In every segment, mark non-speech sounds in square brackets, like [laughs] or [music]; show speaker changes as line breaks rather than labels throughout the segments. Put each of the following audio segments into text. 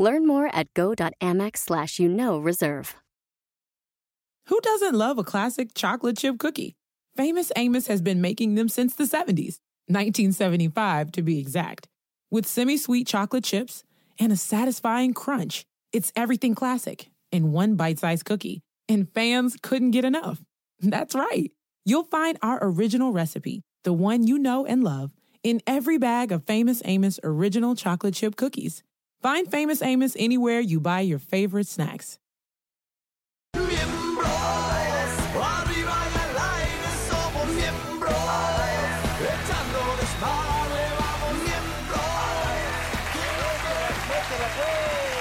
Learn more at go.amex slash you know reserve.
Who doesn't love a classic chocolate chip cookie? Famous Amos has been making them since the 70s, 1975 to be exact. With semi sweet chocolate chips and a satisfying crunch, it's everything classic in one bite sized cookie, and fans couldn't get enough. [laughs] That's right. You'll find our original recipe, the one you know and love, in every bag of Famous Amos original chocolate chip cookies. Find Famous Amos anywhere you buy your favorite snacks.
Miembros, arriba y al aire somos miembros, echando desmadre vamos miembros. Quiero que la gente la pues.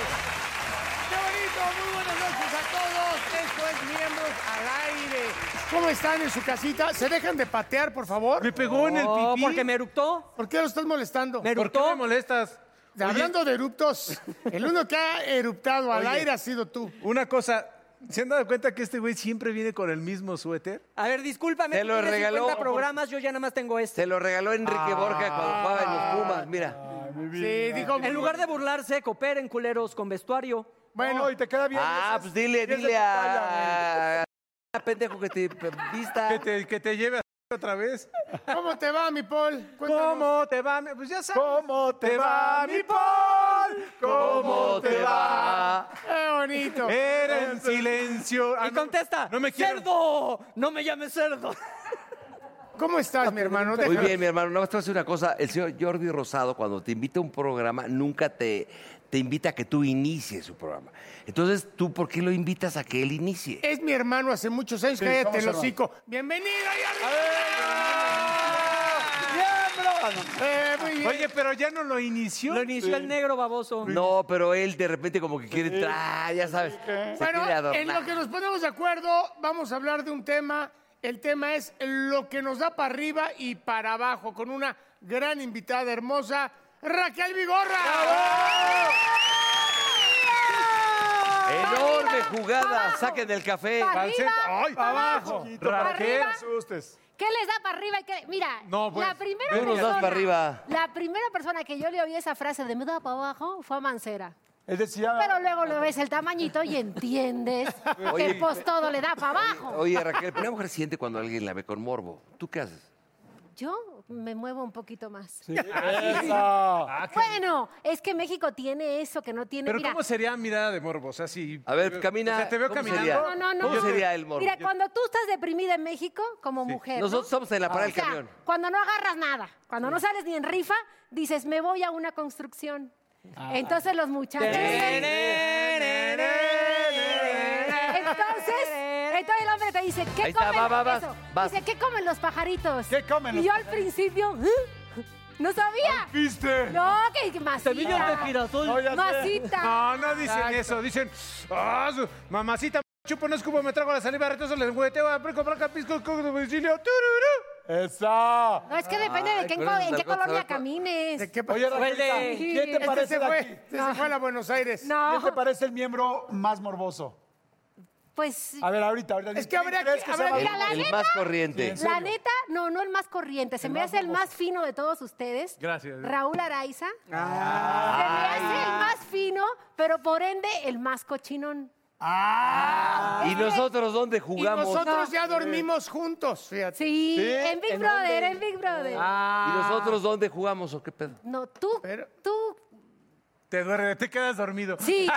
¡Qué bonito! Muy buenas noches a todos. Esto es Miembros al Aire. ¿Cómo están en su casita? ¿Se dejan de patear, por favor?
Me pegó en el
No,
pipí.
porque me eructó.
¿Por qué lo estás molestando?
Me
¿Por qué
eructó.
me molestas? Oye,
Hablando de eruptos, el uno que ha eruptado al
Oye.
aire ha sido tú.
una cosa, ¿se han dado cuenta que este güey siempre viene con el mismo suéter?
A ver, discúlpame.
Te lo
tú tienes
regaló.
50 programas, yo ya nada más tengo este.
Se lo regaló Enrique Borja cuando jugaba en los Pumas, mira.
Sí,
Ah,
dijo.
En lugar de burlarse, cooperen, culeros, con vestuario.
Bueno,
y te queda bien.
Ah, pues dile, dile a... a [laughs] pendejo que te vista.
Que te, que te lleve a otra vez.
¿cómo te va, mi Paul? Cuéntanos.
¿Cómo te va? mi- Pues ya sabes. ¿Cómo te va, mi Paul? ¿Cómo te va?
¡Qué bonito!
Era en silencio. Ah,
y
no,
contesta,
No me quiero.
cerdo, no me llames cerdo.
¿Cómo estás, mi hermano?
Muy
Déjame-
bien, mi hermano. Nada más te voy a decir una cosa. El señor Jordi Rosado, cuando te invita a un programa, nunca te, te invita a que tú inicies su programa. Entonces, ¿tú por qué lo invitas a que él inicie?
Es mi hermano hace muchos años. Cállate el hocico. Bienvenido, Jordi. Eh, muy bien.
Oye, pero ya no lo inició.
Lo inició el negro baboso.
No, pero él de repente como que quiere entrar, ya sabes. se quiere
Bueno, en
adornar.
lo que nos ponemos de acuerdo, vamos a hablar de un tema. El tema es lo que nos da para arriba y para abajo, con una gran invitada hermosa, Raquel Vigorra.
Enorme jugada. Saquen del café.
Pa'
Al
arriba,
centro. ¡Ay!
pa' abajo.
Raquel,
Arriba.
asustes.
¿Qué les da para arriba? y qué- Mira,
No, pues,
la primera
¿qué
persona,
nos das para arriba?
La primera persona que yo le oí esa frase de me da para abajo fue a Mancera.
Él decía,
Pero luego le ves el tamañito y
[laughs]
entiendes
Oye,
que pues todo le da para abajo.
Oye, Raquel, pero una mujer siente cuando alguien la ve con morbo. ¿Tú qué haces?
Yo me muevo un poquito más.
"Eso".
Ah,
Bueno, es que México tiene eso que no tiene.
Ah. Pero
mira,
¿cómo sería mirada de morbo? O sea, si...
A ver, camina.
O sea, te veo
¿Cómo
caminando.
sería?
no, no, no.
¿Cómo sería el morbo?
Mira, cuando tú estás deprimida en México como mujer. ¿no?
Nosotros estamos en la parada
O
del
sea,
camión.
Cuando no agarras nada, cuando no sales ni en rifa, dices, me voy a una construcción. Entonces los muchachos. Entonces, entonces el hombre te dice, ¿qué
Ahí está,
comen?
va, va, vas,
eso?"
vas.
Dice, ¿qué comen los pajaritos?
¿Qué comen
Y
los
yo al principio, "¿Ah? no sabía.
¿Viste?
No, que masita.
Semillas de girasol.
No, ya sé.
Masita.
No, no dicen eso. Dicen, "Ah, su- mamacita, chupo, no escupo, me trago la saliva, retozo, les hueteo, aprico, braca, pisco, coco, domicilio, tururú.
Eso.
No, es que depende de
Ay,
qué,
pero
co-
es
en
una
qué
cosa,
colonia
otra.
camines.
¿De qué pa-
Oye,
Raquelita,
Raquel, ¿quién
Sí.
te
Este
Este
parece
se
de
fue,
aquí?
este se fue a la Buenos Aires.
¿Quién te
No,
parece el miembro más morboso?
pues
A ver, ahorita, ahorita.
Es que
¿Quién
habrá
crees
que- habrá
sea
que-
Mira,
más-
la
el
neta-
más corriente.
¿En
La
serio?
neta, no, no el más corriente. Se me hace el más fino de todos ustedes.
Gracias.
Raúl Araiza.
Ah.
Se me hace el más fino, pero por ende el más cochinón.
¿Y nosotros dónde
Y
jugamos? ¿Y nosotros,
nosotros ya dormimos juntos, fíjate.
Sí, en Big Brother, en Big Brother.
Ah. dónde jugamos o qué pedo?
No, tú,
Pero-
tú,
Te duerme, te quedas dormido.
sí. eh,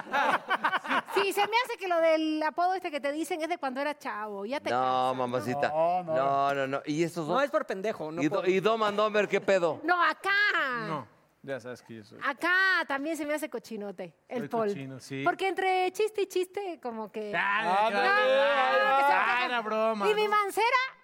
Sí, se me hace que lo del apodo este que te dicen es de cuando era chavo. Ya te
No,
casas,
mamacita.
No,
No,
no.
no, no. ¿Y estos dos?
No es por pendejo. No
¿Y,
por-
Do- y Dom and Domer qué pedo?
No, acá.
No, ya sabes que yo soy.
Acá también se me hace cochinote, el
Soy
Paul.
cochino, sí.
Porque entre chiste y chiste, como que.
Ah,
No, no, no, no, que se
ah,
baja.
era broma.
Y mi mancera,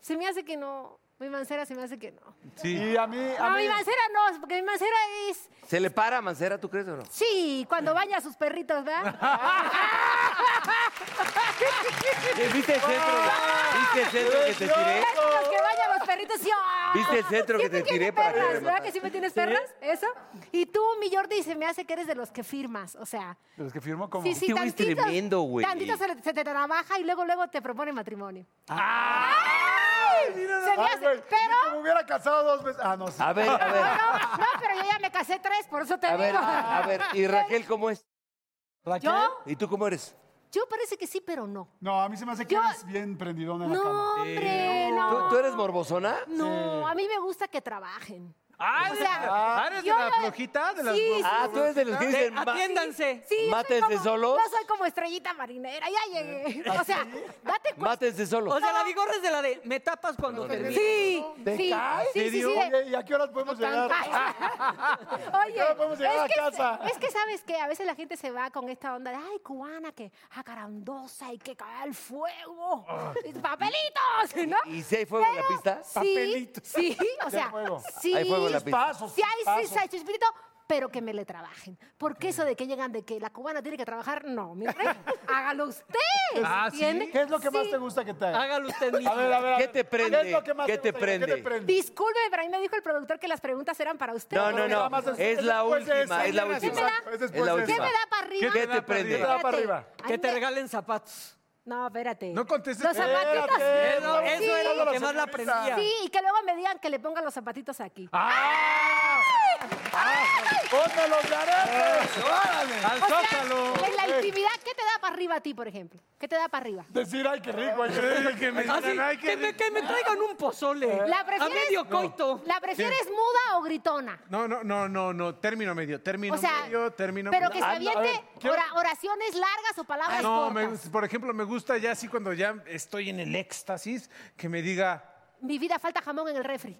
se me hace que no. Mi mancera se me hace que no.
Y a mí, a
No,
mí.
mi mancera no, porque mi mancera es.
¿Se le para a Mancera, tú crees o no?
[laughs]
Sí, cuando baña a sus perritos, ¿verdad? [laughs]
¿Viste el centro?
¡Oh!
¿Viste el centro que te tiré?
Déjalos que vayan los perritos y ¡ah!
¿Viste
[laughs]
el centro
Sí
que
me
te
tiene
tiré para que
perras,
me
¿Verdad
mataras?
que sí me tienes perras? ¿Eso? Y tú, mi Jordi, se me hace que eres de los que firmas, o sea...
Los que firmo como.
Sí, sí,
Este güey es
tantito,
tremendo, güey.
tantito se, le- se te trabaja y luego, luego te propone matrimonio.
Ah.
¡Ay! Se me
Ay,
hace,
güey, ni que
pero...
me hubiera casado dos veces. Ah, no, sí.
A ver, a
No,
ver,
no, no, pero yo ya me casé tres, por eso te
a ver,
digo.
a ver. ¿Y Raquel cómo es?
¿Raquel?
¿Yo?
¿Y tú cómo eres?
Yo parece que sí, pero no.
No, a mí se me hace que
Yo-
eres bien prendidón en la
No,
cama.
hombre, no.
¿Tú, tú eres morbosona?
No, a mí me gusta que trabajen.
Ah,
O
¿eres,
sea,
ah, ¿eres de
yo
la
no-
flojita? De las
Sí,
bro-
Ah, tú eres de los que dicen... ma-
Atiéndanse.
Sí, soy
¿Mátense
como-
solos? Eh.
Yo soy como estrellita marinera, ya llegué. O sea, date cuenta.
Mátense solo.
O sea, la vigor es de la de me tapas cuando termino.
Sí,
¿Te
sí,
caes?
sí, sí, sí, de-
Oye, ¿y a qué horas podemos llegar?
[laughs]
Oye,
Ya podemos llegar a
es, que,
casa.
es que sabes que a veces la gente se va con esta onda de, ay, cubana, que acarandosa y que cae al fuego. ¡Papelitos! ¿no?
Ah. ¿Y si hay fuego en la pista?
Sí,
Papelitos.
[laughs]
sí, o sea,
fuego.
sí.
Hay fuego en la pista.
Pasos.
Sí, hay
pasos.
sí, hay chispirito, pero que me le trabajen. Porque eso de que llegan de que la cubana tiene que trabajar, no,
[laughs]
mi rey, hágalo usted.
Ah, ¿sí?
¿entiende?
¿Qué es lo que más
Sí.
te gusta que te haga?
Hágalo usted mismo.
A ver, a ver, a
¿Qué
ver.
te prende?
¿Qué es lo que más
¿Qué te
gusta? ¿Qué
prende?
te prende?
Disculpe, pero ahí me dijo el productor que las preguntas eran para usted.
No, no,
Nada
no.
más es-
Es
es
la
después de
última,
esa.
es la
¿Qué me
última.
da?
Es después
Es la
de
¿Qué me
última.
da para arriba?
¿Qué te
Espérate.
prende?
da para arriba?
A
Que
mí
te
me-
regalen zapatos.
No, ¿eh? espérate.
No contestes.
Los zapatitos.
Espérate,
Eso,
Sí.
eso era lo que más la aprendía.
Sí, y que luego me digan que le ponga los zapatitos aquí.
¡Ah!
¡Ponme los aretes! ¡Órale! Eh,
¡Al
O sea,
zócalo!
en la intimidad, ¿qué te da para arriba a ti, por ejemplo? ¿Qué te da para arriba?
Decir, ay, qué rico, ay, qué rico.
Que
Ah,
me
Así,
digan, ay,
que,
qué
me,
rico.
que me traigan un
Eh,
pozole.
¿La
a
prefieres?
medio coito.
¿La prefieres muda o gritona?
No, no, no, no, no. Término medio. Término
O sea,
medio, término
pero que
medio.
se
Ah, no, a
aviente
ver, Ah, quiero-
ora- oraciones largas o palabras
No, me-
cortas.
por ejemplo, me gusta ya así cuando ya estoy en el éxtasis, que me diga,
Mi vida falta jamón en el refri.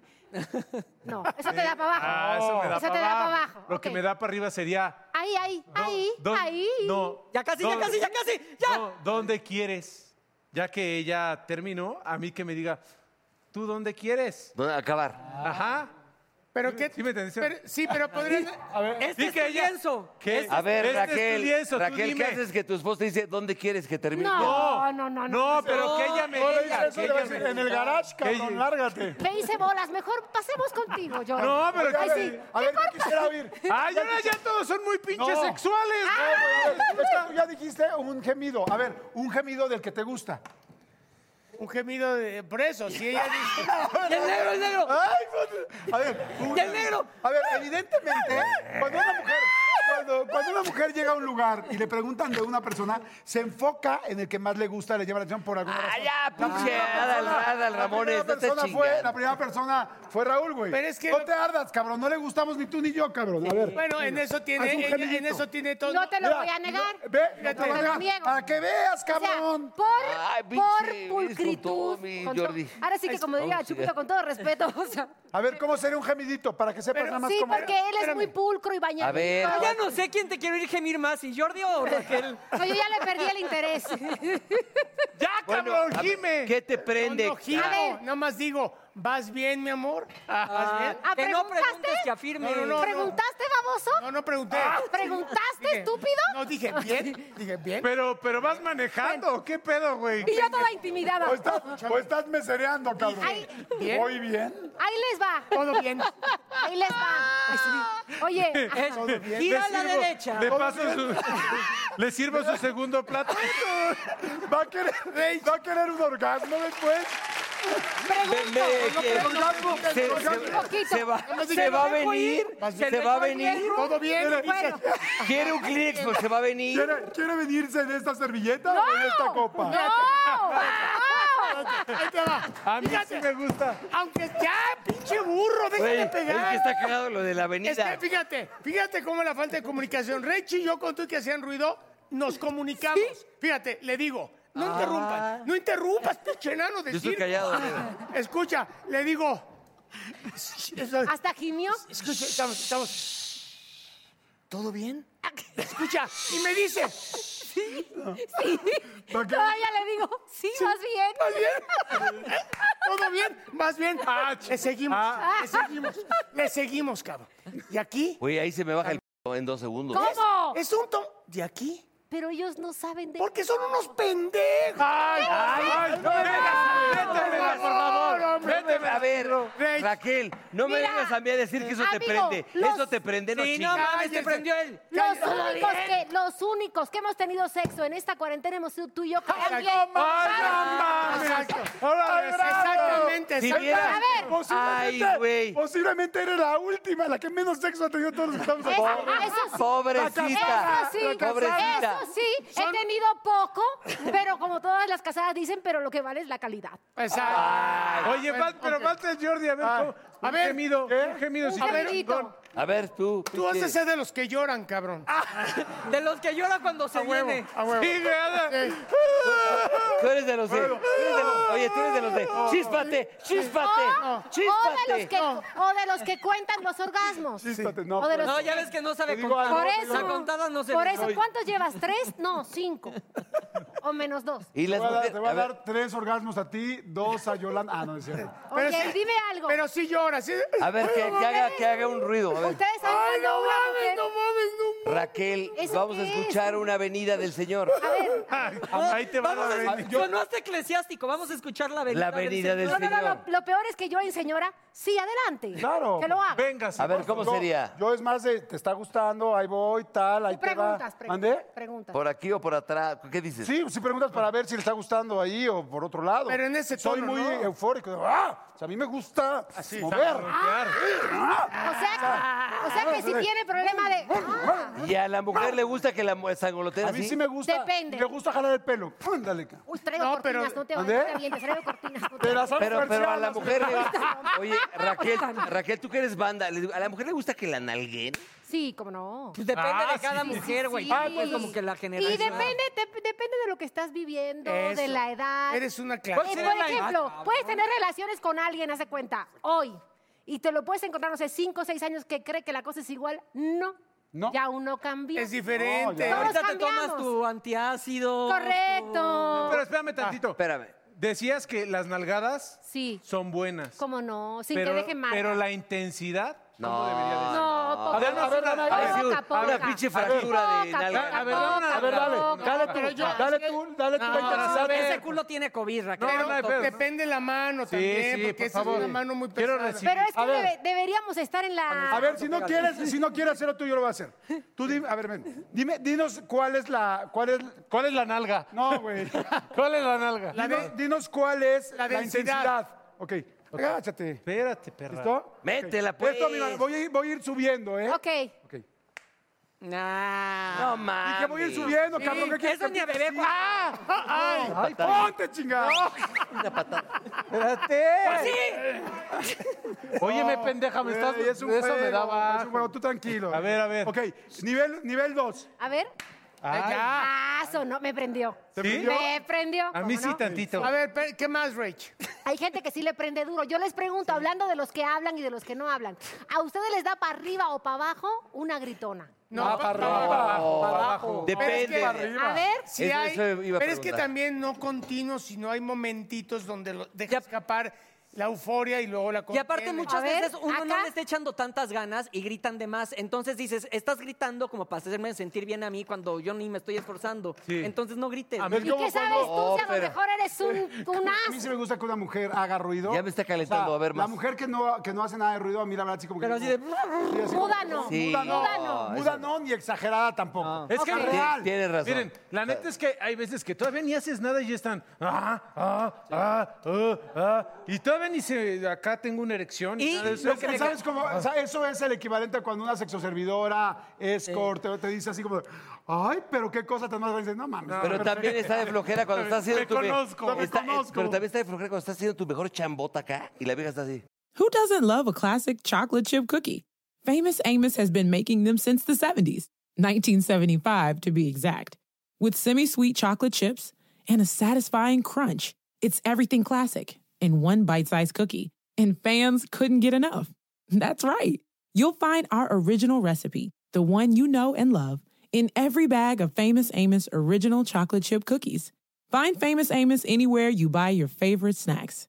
No, eso te da para abajo.
ah, eso me da
Eso
para
te da
abajo.
para abajo.
Lo
ok.
que me da para arriba sería...
Ahí, ahí,
do-
ahí,
don-
ahí.
No.
Ya casi, ya
don-
casi, ya casi. Ya.
No, ¿dónde quieres? Ya que ella terminó, a mí que me diga, ¿tú dónde quieres?
¿Dónde acabar?
Ajá.
Pero qué.
Sí me entendiste.
pero- sí, pero podrías.
A ver,
Este
Sí,
es
que
tu
ella-
lienzo.
¿Qué?
A ver,
Este es tu
Raquel,
lienzo, tú
Raquel, ¿qué
dime.
haces que tu esposa te dice dónde quieres que termine?
No, no, no, no.
No, pero que ella me
no le
diga.
digas eso,
que
le va a
ella
decir,
me-
en el garage, cabrón, lárgate.
Me hice bolas, mejor pasemos contigo, yo.
No, pero
A
Ay,
ver,
sí.
a ver, yo quisiera
[laughs]
oír.
Ay, ahora ya todos son muy pinches
No.
sexuales.
Ah,
No, güey, a ver, es que tú ya dijiste un gemido. A ver, [laughs] un gemido del que te gusta.
Un gemido de. Por eso, si
[laughs]
ella dice.
Y el negro, el negro.
Ay, pues, a ver, un-
Y el negro.
A ver, evidentemente, cuando una mujer. Cuando, cuando una mujer llega a un lugar y le preguntan de una persona, se enfoca en el que más le gusta, le llama la atención por alguna
Ah,
razón.
ya,
La
pinche
primera
Adal,
persona-
Adal
la
Ramones,
primera
no te
persona fue-
chingas.
La primera persona fue Raúl, güey.
Pero es que
No
lo-
te ardas, cabrón, no le gustamos ni tú ni yo, cabrón. A ver.
Bueno, en eso tiene.
Haz un
ella- en
gemidito.
eso tiene todo.
No te lo
Mira,
voy a negar.
Ve, no
Fíjate.
te lo
Te lo
negas,
niego.
para que veas,
O sea,
cabrón.
por,
Ay, pinche,
por
eres con todo,
pulcritud.
mi
con todo-
Jordi.
Ahora sí que como diga
Vamos,
Chupito,
ya.
con todo respeto, o sea.
oh, A ver, ¿cómo sería un gemidito? Para que sepas nada más
sí,
cómo
porque él es muy
espérame.
pulcro y bañado.
A ver.
Ya no sé quién te quiero ir gemir más, si Jordi o Raquel.
No, yo ya le perdí el interés.
¡Ya,
Bueno,
Ah, cabrón,
a ver,
Jime! Ah.
¿Qué te prende?
No, gimo,
A ver.
nada más digo, ¿vas bien, mi amor? ¿Vas bien?
Ah,
que no
¿preguntaste?
preguntes, que afirme.
No, no, no.
¿Preguntaste, baboso?
No, no pregunté.
¿Preguntaste,
Dije,
estúpido?
No, dije,
[laughs]
¿bien? Dije, ¿bien?
Pero, pero vas manejando, ¿qué pedo, güey?
Y yo toda intimidada.
O estás, o estás mesereando, cabrón.
Ay,
¿bien?
Muy bien.
Ahí les va.
Todo bien.
Ahí les va. Oye,
Eh,
ajá.
gira a
Le
la
sirvo-
derecha.
Le paso su- le sirvo su segundo
[laughs]
plato.
Va a querer, va a querer un orgasmo después.
Me- me- que- se- se-
poquito.
se va-
No me digas,
Se va a
¿me dejo
venir,
Vas bien.
se va a venir.
¿Todo bien? Dice,
Quiere un Kleenex, pues se va a venir.
¿Quiere, quiere venirse en esta servilleta o en esta
[laughs]
copa?
¡No!
Ahí te va.
A mí sí
Fíjate,
me gusta.
Aunque ya, pinche burro,
Güey,
déjame
es que
pegar.
está cagado lo de la
Es
avenida.
que Este, fíjate, fíjate cómo la falta de comunicación. Rechi y yo con tú que hacían ruido, nos comunicamos. Fíjate, le digo, no interrumpas, no interrumpas, pinche enano de
Ah. Yo estoy
circo.
callado, mira.
Escucha, le digo. Eso-
Hasta gimió.
Escucha, estamos, estamos. ¿Todo bien? Escucha, y me dice,
Sí. Todavía le digo, sí, más bien.
¿todo bien? [laughs] ¿Todo bien? Más bien.
Ah,
le seguimos, le seguimos, le seguimos, cabrón. Y aquí,
Güey, ahí se me baja el p en dos segundos.
¿Cómo?
es un tom... De aquí
pero ellos no saben de
Porque son unos pendejos.
¡Ay, ay, ay! ¡No me vengas! ¡No me vengas, por favor!
No me- a ver, Raquel, no me
Mira,
vengas a mí a decir que eso te
amigo,
prende.
los-
Eso te prende, no
Sí, no
chingas.
mames, te prendió él.
los únicos que los únicos que hemos tenido sexo en esta cuarentena hemos sido tú y yo con alguien.
¡Ay, no mames! ¡Ahora
Exactamente,
Si
exactamente.
vieras-
A ver.
Ay,
Posiblemente,
güey.
posiblemente eres la última, la que menos sexo ha tenido todos los que estamos
Es-
aquí.
ah, eso sí.
Pobrecita.
Eso sí,
Pobrecita.
eso sí, he tenido poco, pero como todas las casadas dicen, pero lo que vale es la calidad. ah.
Exacto.
Oye, Pat, pero
ok.
falta el Jordi, a ver, ¿cómo?
a
un
ver,
gemido, un gemido.
Un
si quieres.
gemidito.
Con-
A ver, tú.
Tú has de ser de los que lloran, cabrón.
Ah,
De los que llora cuando se viene.
A huevo.
Sí, nada.
Tú eres de los de. tú eres de los- Oye, tú eres de los de. Chíspate, chíspate,
O, o de los
chíspate.
que, o de los que cuentan los orgasmos.
Chíspate, no,
O
pues.
de los-
No, ya ves que no sabe
digo
contar.
algo,
Por
te
eso.
A contadas no se
por
le-
eso, ¿cuántos llevas? ¿Tres? No,
[laughs]
cinco. O menos dos.
Y
Te
las
voy a dar,
mujeres.
te voy a
a ver,
dar tres orgasmos a ti, dos a Yolanda. Ah, no, es cierto.
Pero
Oye,
sí-
dime algo.
Pero sí lloras. sí.
A ver, que, que haga, que haga un ruido. A ver.
Ustedes saben
Ay,
cuando
no
una
mames,
mujer-
no mames, no
Raquel,
¿Eso
vamos a
qué es?
escuchar una venida del Señor. Ah,
Ahí te va
Vamos
la
a, sonó hasta eclesiástico. Vamos a escuchar la venida,
La venida del
No, no,
Señor.
no, lo, lo peor es que yo en señora, sí, adelante.
Claro.
Que lo hago.
Vengas.
A ver, ¿cómo
Yo-
sería?
Yo es más de, te está gustando, ahí voy, tal, ahí
Tú
te va.
preguntas, preguntas.
¿Mandé?
preguntas.
¿Por aquí o por atrás? ¿Qué dices?
Sí, sí preguntas para ver si le está gustando ahí o por otro lado.
Pero en ese
Soy
tono,
muy
¿no?
eufórico. ¡Ah! O sea, a mí me gusta mover.
O sea, o sea que si tiene problema de. Ah,
Y a la mujer le gusta que la mu- sangoloteen
A mí
así.
sí me gusta.
Depende.
Me gusta jalar el pelo. Ándale. ca-
uy, traigo
No, pero-
cortinas, no te
¿Mandé?
vayas a bien, te traigo cortinas. no te-
Te las hago
Pero, pero a la
persianas.
mujer le gusta.
[laughs]
Oye, Raquel, Raquel, tú que eres banda, ¿le- ¿a la mujer le gusta que la nalguen?
Sí, como no.
Pues depende de cada mujer, güey.
Sí.
Ah, pues como que la generación.
Y depende, te- depende de lo que estás viviendo,
mames.
de la edad.
Eres una
Eh,
clase. Ah,
¿Cuál
por
será la edad,
ejemplo,
cabrón?
puedes tener relaciones con alguien, hace cuenta, hoy, y te lo puedes encontrar, no sé, cinco o seis años que cree que la cosa es igual. No.
No.
Ya uno cambió.
Es diferente.
No, ya.
Ahorita te
cambiamos.
tomas tu antiácido.
Correcto.
Pero espérame tantito.
Ah, Espérame.
Decías que las nalgadas
Sí.
son buenas.
Cómo no, sin
pero,
que deje mal.
pero la intensidad,
No.
¿cómo debería de ser?
No, poca,
A ver, a ver,
poca,
a ver, a
ver,
poca,
sí, una
poca.
pinche fractura de
Poca,
nalga.
poca,
A ver, dame una-
poca,
A ver, dale.
poca,
Dale
poca.
tú, dale tú, dale tú.
No,
la intensidad.
a ver.
Ese culo tiene COVID, Raquel.
No,
Pero
no hay pedo.
depende la mano también,
sí, por
porque esa es
favor.
una mano muy
Quiero
pesada.
recibir-
Pero es que
A ver.
debe- deberíamos estar en la...
Ah, A ver, si no quieres, si no quieres hacerlo tú, yo lo voy a hacer. Tú dime, a ver, ven. Dime, dinos cuál es la, cuál es,
¿Cuál es la nalga? [laughs]
no, güey.
¿Cuál es la nalga?
Dinos, dinos cuál es la,
La densidad.
intensidad. Ok, agáchate.
Espérate, perra.
¿Listo?
Métela,
Ok.
pues.
Esto, mira, voy a ir, voy a ir subiendo, ¿eh?
Ok.
Ok.
Ah.
Nah.
No mames.
Y que voy a ir subiendo, cabrón. ¿qué quieres
Eso
que
ni a
diga
bebé.
así?
güey. ¡Ah!
¡Ay! ay, ¡Ponte, chingada! Pues
Espérate.
Pues ¡Sí!
Óyeme, pendeja, me estás.
Güey, Eh, es un
eso me
juego,
daba.
Es un juego, tú tranquilo.
A ver, a ver.
Ok, nivel 2. Nivel dos.
A ver.
Ah,
Ah, sonó, me prendió.
prendió?
Me prendió.
A mí
¿cómo
sí
no?
tantito.
A ver, pe- ¿qué más, Rach?
Hay gente que sí le prende duro. Yo les pregunto, hablando de los que hablan y de los que no hablan, ¿a ustedes les da para arriba o para abajo una gritona?
No,
Ah,
pa-
para
pa-
arriba, para abajo.
Depende.
Pero es que-
A ver,
Sí
Eso-
hay,
eso iba a
pero es que
preguntar.
también no continuo, sino hay momentitos donde lo- deja
Ya.
escapar la euforia y luego la
Y aparte
contienes.
A
muchas
ver,
veces uno no
acá.
le está echando tantas ganas y gritan de más. Entonces dices, estás gritando como para hacerme sentir bien a mí cuando yo ni me estoy esforzando.
Sí.
Entonces no grites.
A mí-
¿Y qué sabes
Oh,
tú? Si a lo
Ópera.
mejor
[laughs]
eres un,
[laughs]
un
A mí sí
as.
me gusta que una mujer haga ruido.
Ya me está calentando, a ver, más.
La mujer que no, que no hace nada de ruido, a mí la verdad sí como que...
Pero así de...
Sí, así como-
Muda no.
Sí.
Muda no.
Muda no, ni exagerada tampoco.
Es que
Ok.
Tien-
real.
Tienes razón.
Miren, la neta es que hay veces que todavía ni haces nada y ya están. Ah, ah, ah, ah, ah. Y todavía ni se. Acá tengo una erección.
Y
nada de eso.
lo que me
¿Sabes cómo? O sea, eso es el equivalente a cuando una sexoservidora es corte, te dice así como, ay, pero qué cosa tan más grande. Dices, No mames.
Pero también está de
[laughs]
flojera cuando estás haciendo
Me
tu... me-
conozco.
está- eh,
Me conozco.
Pero también está de flojera cuando estás haciendo tu mejor chambota acá y la vieja está así.
Who doesn't love a classic chocolate chip cookie? Famous Amos has been making them since the 70s, 1975 to be exact, with semi sweet chocolate chips and a satisfying crunch. It's everything classic in one bite sized cookie, and fans couldn't get enough. [laughs] That's right. You'll find our original recipe, the one you know and love, in every bag of Famous Amos original chocolate chip cookies. Find Famous Amos anywhere you buy your favorite snacks.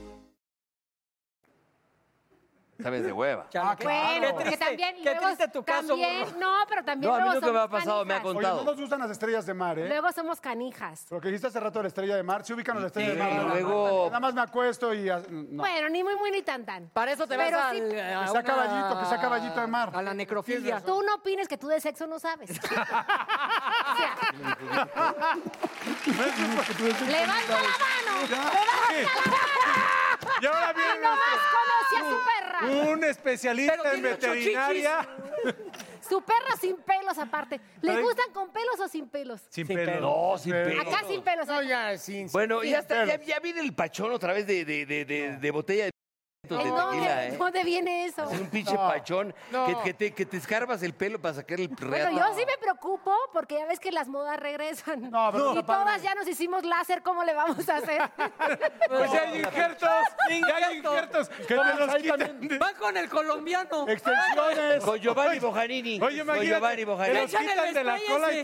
Sabes de hueva.
Ah,
Bueno, porque también
Qué
luego-
triste tu caso,
también-
bro.
no, pero también
No, a mí
luego
nunca me
somos
ha pasado, me ha
canijas.
contado.
No nos gustan las estrellas de mar, ¿eh?
Luego somos canijas.
Lo que dijiste hace rato de la estrella de mar, se ubican las estrellas de mar.
Sí,
nada más.
luego-
Nada más me acuesto y... as- No.
Bueno, ni muy, muy, ni tan, tan. Para
eso te
Pero
vas
sí-
al, a
Que sea
una-
caballito, que sea caballito de mar.
A la necrofilia.
Tú no opines que tú de sexo no sabes. [laughs] O sea, ¡Levanta la mano! ¡Levanta la mano!
Y ahora viene
¡Nomás conoce a su perra!
Un especialista
Pero
en
tiene ocho
veterinaria.
Su perra sin pelos aparte. ¿Le
Ay.
gustan con pelos o sin pelos?
Sin,
No, sin pelo.
Acá sin pelos. ¿eh?
No, ya, sin.
Bueno,
sin
ya, está,
pelos.
ya, ya viene el pachón otra vez de, de, de, de, de botella
Eh,
de, de
¿En
tequila,
dónde,
¿eh?
dónde viene eso?
Es un pinche pachón
No.
que, que te, que te escarbas el pelo para sacar el
Bueno,
reato.
yo sí me preocupo porque ya ves que las modas regresan.
pero
y
está padre.
todas ya nos hicimos láser, ¿cómo le vamos a hacer?
Pues ya hay injertos.
[laughs]
Ya hay injertos. Que te los quiten.
Pues, Van con el colombiano.
Extensiones.
Con Giovanni Bojanini.
Oye,
con Giovanni
imagínate. Te
Bojanini.
los quitan de la cola.
[laughs]
y-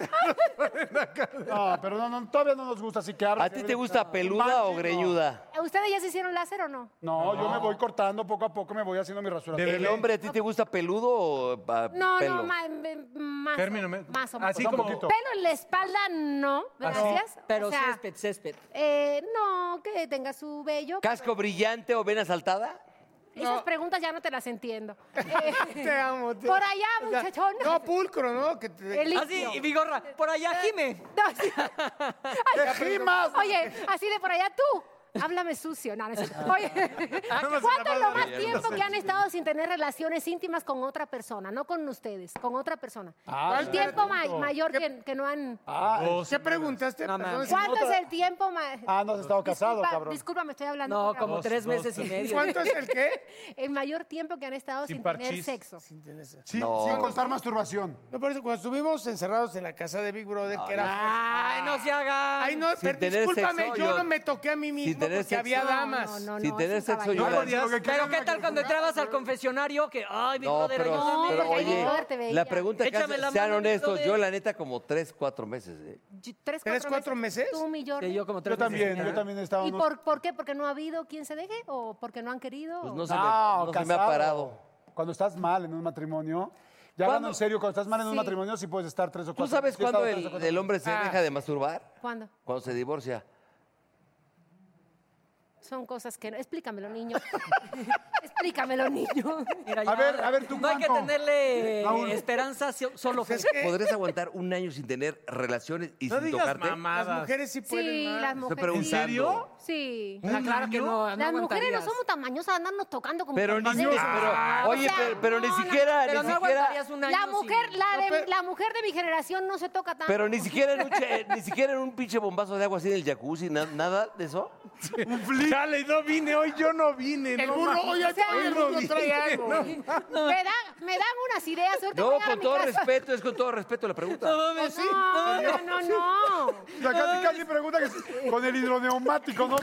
No, pero no, no, todavía no nos gusta, así que ahora...
¿A ti te gusta peluda o greñuda?
¿Ustedes ya se hicieron láser o no?
No, yo me voy cortando poco a poco, me voy haciendo mi rasura.
¿El hombre a ti te gusta peludo o ah,
No,
pelo?
no, ma- me- más.
Término medio.
Más o menos.
Así como-
Pelo en la espalda, Ah, no,
Ah,
gracias.
Pero
O sea,
césped, césped.
eh, no, que tenga su vello.
¿Casco brillante o vena saltada?
Esas preguntas ya no te las entiendo. Eh,
Te amo, te
Por
amo.
allá,
O sea,
muchachón.
No, pulcro, ¿no? Que te- Ah,
El
Así,
limpio.
y Vigorra, por allá, Jime.
No, sí. Ay,
¡Tejimas!
Oye, así de por allá tú. Háblame sucio. No, no es cierto. Oye,
Nada más
¿cuánto es
la
lo
madre,
más
ya
tiempo
no
que han estado sin tener relaciones íntimas con otra persona? No con ustedes, con otra persona. el tiempo ma- mayor que, que no han...
Ah,
¿Qué preguntaste? Perdón, es-
¿Cuánto es el tiempo mayor?
Ah, no has estado casado, cabrón.
Disculpa, me estoy hablando.
No,
por
como
favor.
tres meses y medio.
¿Cuánto es el qué?
[laughs] El mayor tiempo que han estado sin,
Sin
tener
parchís.
sexo.
Sí, sin contar masturbación.
No, por eso, cuando estuvimos encerrados en la casa de Big Brother, que era.
Ay, no se haga.
Ay, no, pero
tener
discúlpame,
sexo,
yo,
yo-
no me toqué a mí mismo
tener
porque
sexo.
había
No,
damas.
no, no,
Sin
no,
tener
sin
sexo,
caballero.
llorar.
podías-
Pero qué tal cuando entrabas al confesionario que, ay, mi
No,
brother,
pero,
ayúdame.
pero
No, porque ahí
oye,
Big Brother te
la
veía.
pregunta que
Échame
hacen,
la
sean
mano, Big
honestos,
Brother.
yo la neta como tres, cuatro meses. ¿eh?
¿Tres,
¿Tres, cuatro meses?
Tú, mi Jordi.
Sí, yo como
Yo
tres
también,
meses. ¿eh?
yo también he estado...
¿Y
unos-
por, por qué? ¿Porque no ha habido quien se deje? ¿O porque no han querido?
Pues
¿O-
no se,
Ah,
me, no se me ha
casado.
parado.
Cuando estás mal en un matrimonio, ya hablando en serio, cuando estás mal en un
Sí.
matrimonio, sí puedes estar tres o cuatro.
¿Tú sabes
sí he estado
cuándo
tres o
el,
cuatro-
el hombre se
Ah.
Ah.
deja de masturbar?
¿Cuándo?
Cuando se divorcia.
Son cosas que no. Explícamelo,
[laughs]
niño. Explícamelo, niño.
Mira,
A ver, a ver, ¿tú
No hay que
cuánto?
tenerle eh,
Raúl.
esperanza si- solo fe.
Pues
Eh.
es que
[laughs]
¿Podrías aguantar un año sin tener relaciones y
No
sin
digas
tocarte?
las
mamadas.
mujeres sí pueden.
Sí,
más.
las
Estoy
mujeres.
preguntando.
¿En serio?
Sí.
¿Un
Ah, claro que
año?
no, no
Las mujeres no
aguantarías.
somos tamaños a andarnos tocando como
Pero ni
pendejos.
siquiera, pero- oye,
o sea,
pero, pero ni
no, no,
siquiera,
Pero
ni
no
siquiera,
aguantarías un año
La
sin-
mujer, la, de,
pero-
la mujer de mi generación no se toca tanto.
pero ni siquiera en un, che- [laughs] ni siquiera en un pinche bombazo de agua así en el jacuzzi, na- nada de eso.
Chale, no vine hoy, yo no vine.
El
no
burro,
mames.
oye,
sea,
Todo el mundo
[laughs]
trae algo.
me, dan, me dan unas ideas. ahorita
No,
voy a
con
mi
todo
casa. [laughs]
respeto, es con todo respeto la pregunta.
mames. No, no, no, [laughs] no.
La casi casi pregunta que si- con el hidroneumático, ¿no?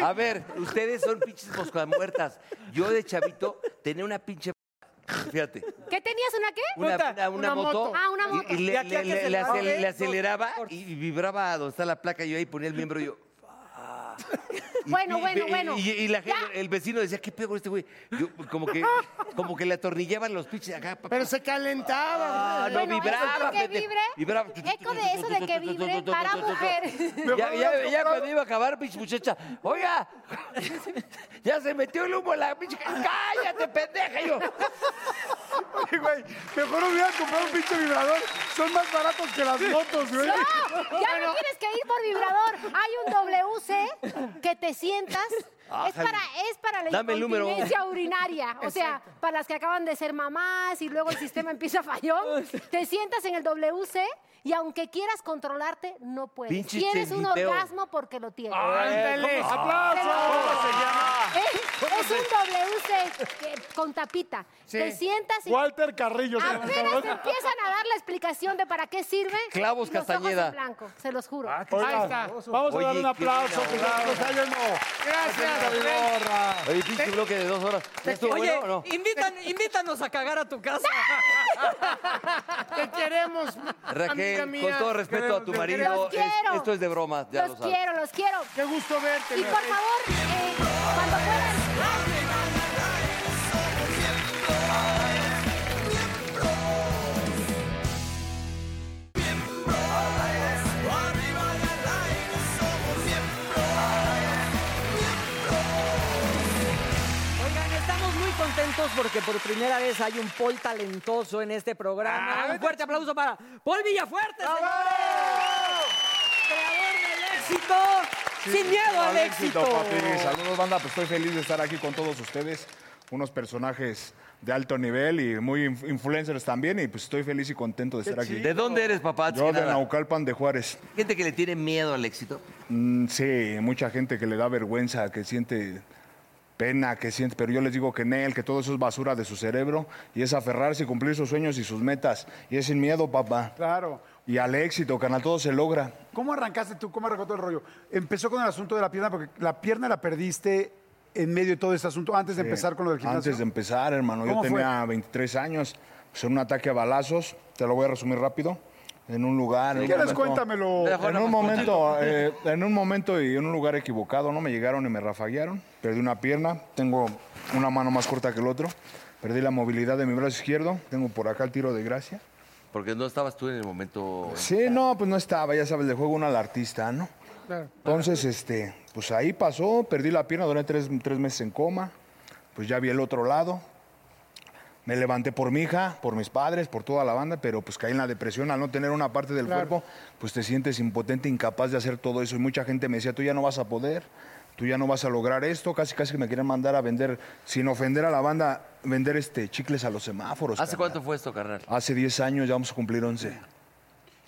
A ver, ustedes son pinches moscamuertas. Yo de chavito tenía una pinche. [laughs] Fíjate.
¿Qué tenías? ¿Una qué?
Una, una- una moto.
Ah, una moto.
Y, y le, le- le- le acel- le aceleraba y, y vibraba donde está la placa. Yo ahí ponía el miembro y yo.
Bueno,
y-
bueno,
y-
bueno.
Y, y la gente- el vecino decía, ¿qué pedo con este güey? Yo, como que, como que le atornillaban los pinches acá. pa-
Pero se calentaba.
Ah, no,
Bueno,
vibraba.
eso que
vete,
vibre,
vibraba.
Eco de eso
[laughs]
de que vibre para mujeres.
Ya, ya, ya cuando iba a acabar, pinche muchacha, oiga, ya se metió el humo en la pinche. ¡Cállate, pendeja!
[laughs]
Y Yo,
Oye, güey, mejor hubiera comprado un pinche vibrador. Son más baratos que las motos,
No,
güey.
ya no tienes que ir por vibrador. Hay un WC que te sientas.
Ah,
Es para, es para la
Dame el número.
incontinencia urinaria. O sea, para las que acaban de ser mamás y luego el sistema empieza a fallar. Te sientas en el WC y aunque quieras controlarte, no puedes.
Pinche
tienes un
chenguiteo.
orgasmo porque lo tienes.
Ándale. ¿Cómo se-
¡Aplausos!
¿Cómo se llama?
Es, es un WC que- con tapita. Te sientas y Ah,
Walter Carrillo. se llama el
apenas
cabrón.
te empiezan a dar la explicación de para qué sirve.
Clavos
y los ojos
Castañeda.
en blanco, se los juro.
Ah,
Oiga, Vamos a
Oye,
dar un
qué
aplauso.
buena
que
onda.
nos hayan-
Gracias. Oye, pinche bloque de dos horas. ¿Ya estuvo
Oye,
bueno o no?
invitan- invítanos a cagar a tu casa.
[laughs] Te queremos.
Raquel,
amiga mía.
con todo respeto a tu
Te
marido,
queremos.
es- esto es de bromas, ya
los
lo sabes.
quiero, los quiero.
Qué gusto verte.
Y por
Raquel.
favor, eh, cuando puedan.
Oigan, estamos muy contentos porque por primera vez hay un Paul talentoso en este
Ah,
programa. un fuerte aplauso para Paul Villafuerte, señores. Creador del éxito. Sin miedo al éxito.
papi. Saludos, banda. Pues estoy feliz de estar aquí con todos ustedes. Unos personajes de alto nivel y muy inf- influencers también. Y pues estoy feliz y contento de
Qué
estar aquí.
chido. ¿De dónde eres, papá?
Yo de
Nada.
Naucalpan de Juárez.
Gente que le tiene miedo al éxito.
Mm, sí, mucha gente que le da vergüenza, que siente pena, que siente, pero yo les digo que en él, que todo eso es basura de su cerebro y es aferrarse y cumplir sus sueños y sus metas. Y es sin miedo, papá.
Claro.
Y al éxito, canal, todo se logra.
¿Cómo arrancaste tú? ¿Cómo arrancó todo el rollo? Empezó con el asunto de la pierna, porque la pierna la perdiste en medio de todo este asunto antes de
Sí,
empezar con lo del gimnasio.
Antes de empezar, hermano, yo
¿Cómo fue?
tenía 23 años, pues en un ataque a balazos, te lo voy a resumir rápido, en un lugar...
Si
en un
quieres,
momento-
cuéntamelo.
En un momento, eh, en un momento y en un lugar equivocado, ¿no? Me llegaron y me rafaguearon, perdí una pierna, tengo una mano más corta que el otro, perdí la movilidad de mi brazo izquierdo, tengo por acá el tiro de gracia.
Porque no estabas tú en el momento.
Sí, no, pues no estaba, ya sabes, le juego uno al artista, ¿no? Entonces, este, pues ahí pasó, perdí la pierna, duré tres, tres meses en coma, pues ya vi el otro lado. Me levanté por mi hija, por mis padres, por toda la banda, pero pues caí en la depresión al no tener una parte del
Claro.
cuerpo, pues te sientes impotente, incapaz de hacer todo eso. Y mucha gente me decía, tú ya no vas a poder, tú ya no vas a lograr esto. Casi, casi que me quieren mandar a vender, sin ofender a la banda, vender este chicles a los semáforos.
¿Hace
carnal.
cuánto fue esto, carnal?
Hace 10 años, ya vamos a cumplir 11.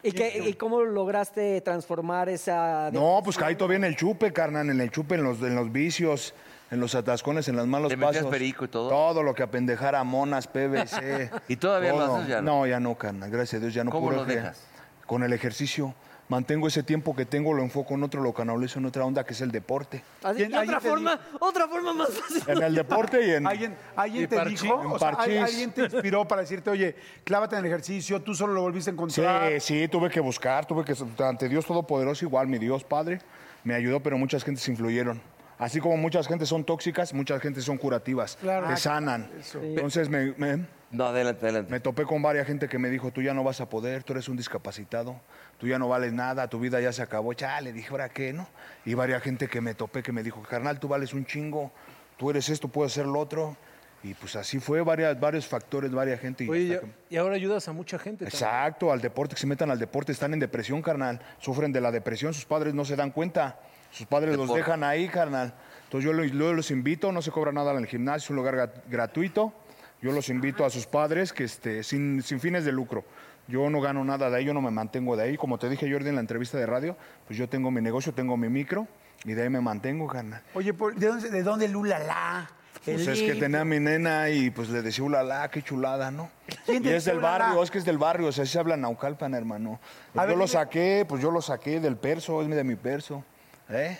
¿Y, qué- y cómo lograste transformar esa...
No, pues caí todavía en el chupe, carnal, en el chupe, en los, en los vicios, en los atascones, en las malos
¿Te metías
pasos.
perico y todo?
Todo lo que apendejara, monas, PVC.
[laughs] ¿Y todavía lo
todo.
haces ya no?
No, ya no, carnal, gracias a Dios, ya no
¿Cómo
puro
lo
que-
dejas?
Con el ejercicio. Mantengo ese tiempo que tengo, lo enfoco en otro, lo canalizo en otra onda que es el deporte.
Así- y otra forma, otra forma más fácil.
En el deporte y en.
¿Alguien, alguien
y
te
parchís.
dijo?
En
O sea, ¿al-
parchís.
¿Alguien te inspiró para decirte, oye, clávate en el ejercicio, tú solo lo volviste a
Sí,
encontrar?
sí, tuve que buscar, tuve que. Ante Dios Todopoderoso, igual, mi Dios Padre, me ayudó, pero muchas gentes influyeron. Así como muchas gentes son tóxicas, muchas gentes son curativas,
Claro.
te
Ah,
sanan.
eso.
Entonces me, me-
No, adelante, adelante.
me topé con varias gente que me dijo, tú ya no vas a poder, tú eres un discapacitado, tú ya no vales nada, tu vida ya se acabó. Chale, dije, ¿ahora qué, no? Y varias gente que me topé que me dijo, carnal, tú vales un chingo, tú eres esto, puedes ser lo otro. Y pues así fue, varias, varios factores, varias gente. y hasta
Oye,
que-
y, y ahora ayudas a mucha gente. también.
Exacto, al deporte, que se metan al deporte, están en depresión, carnal. Sufren de la depresión, sus padres no se dan cuenta. Sus padres los
Deporte.
dejan ahí, carnal. Entonces yo los, yo los invito, no se cobra nada en el gimnasio, es un lugar gra- gratuito. Yo los invito a sus padres, que este, sin, sin fines de lucro. Yo no gano nada de ahí, yo no me mantengo de ahí. Como te dije, Jordi, en la entrevista de radio, pues yo tengo mi negocio, tengo mi micro y de ahí me mantengo, carnal.
Oye, ¿por- ¿de dónde, de dónde el ulala?
Pues es que tenía a mi nena y pues le decía, ulala, qué chulada, ¿no?
¿Quién
Y
te
es
decía
del
ulala?
barrio, es que es del barrio, o sea, así se habla en Naucalpan, hermano.
A ver,
yo lo
dime.
saqué, pues yo lo saqué del perso, es de mi perso. ¿eh?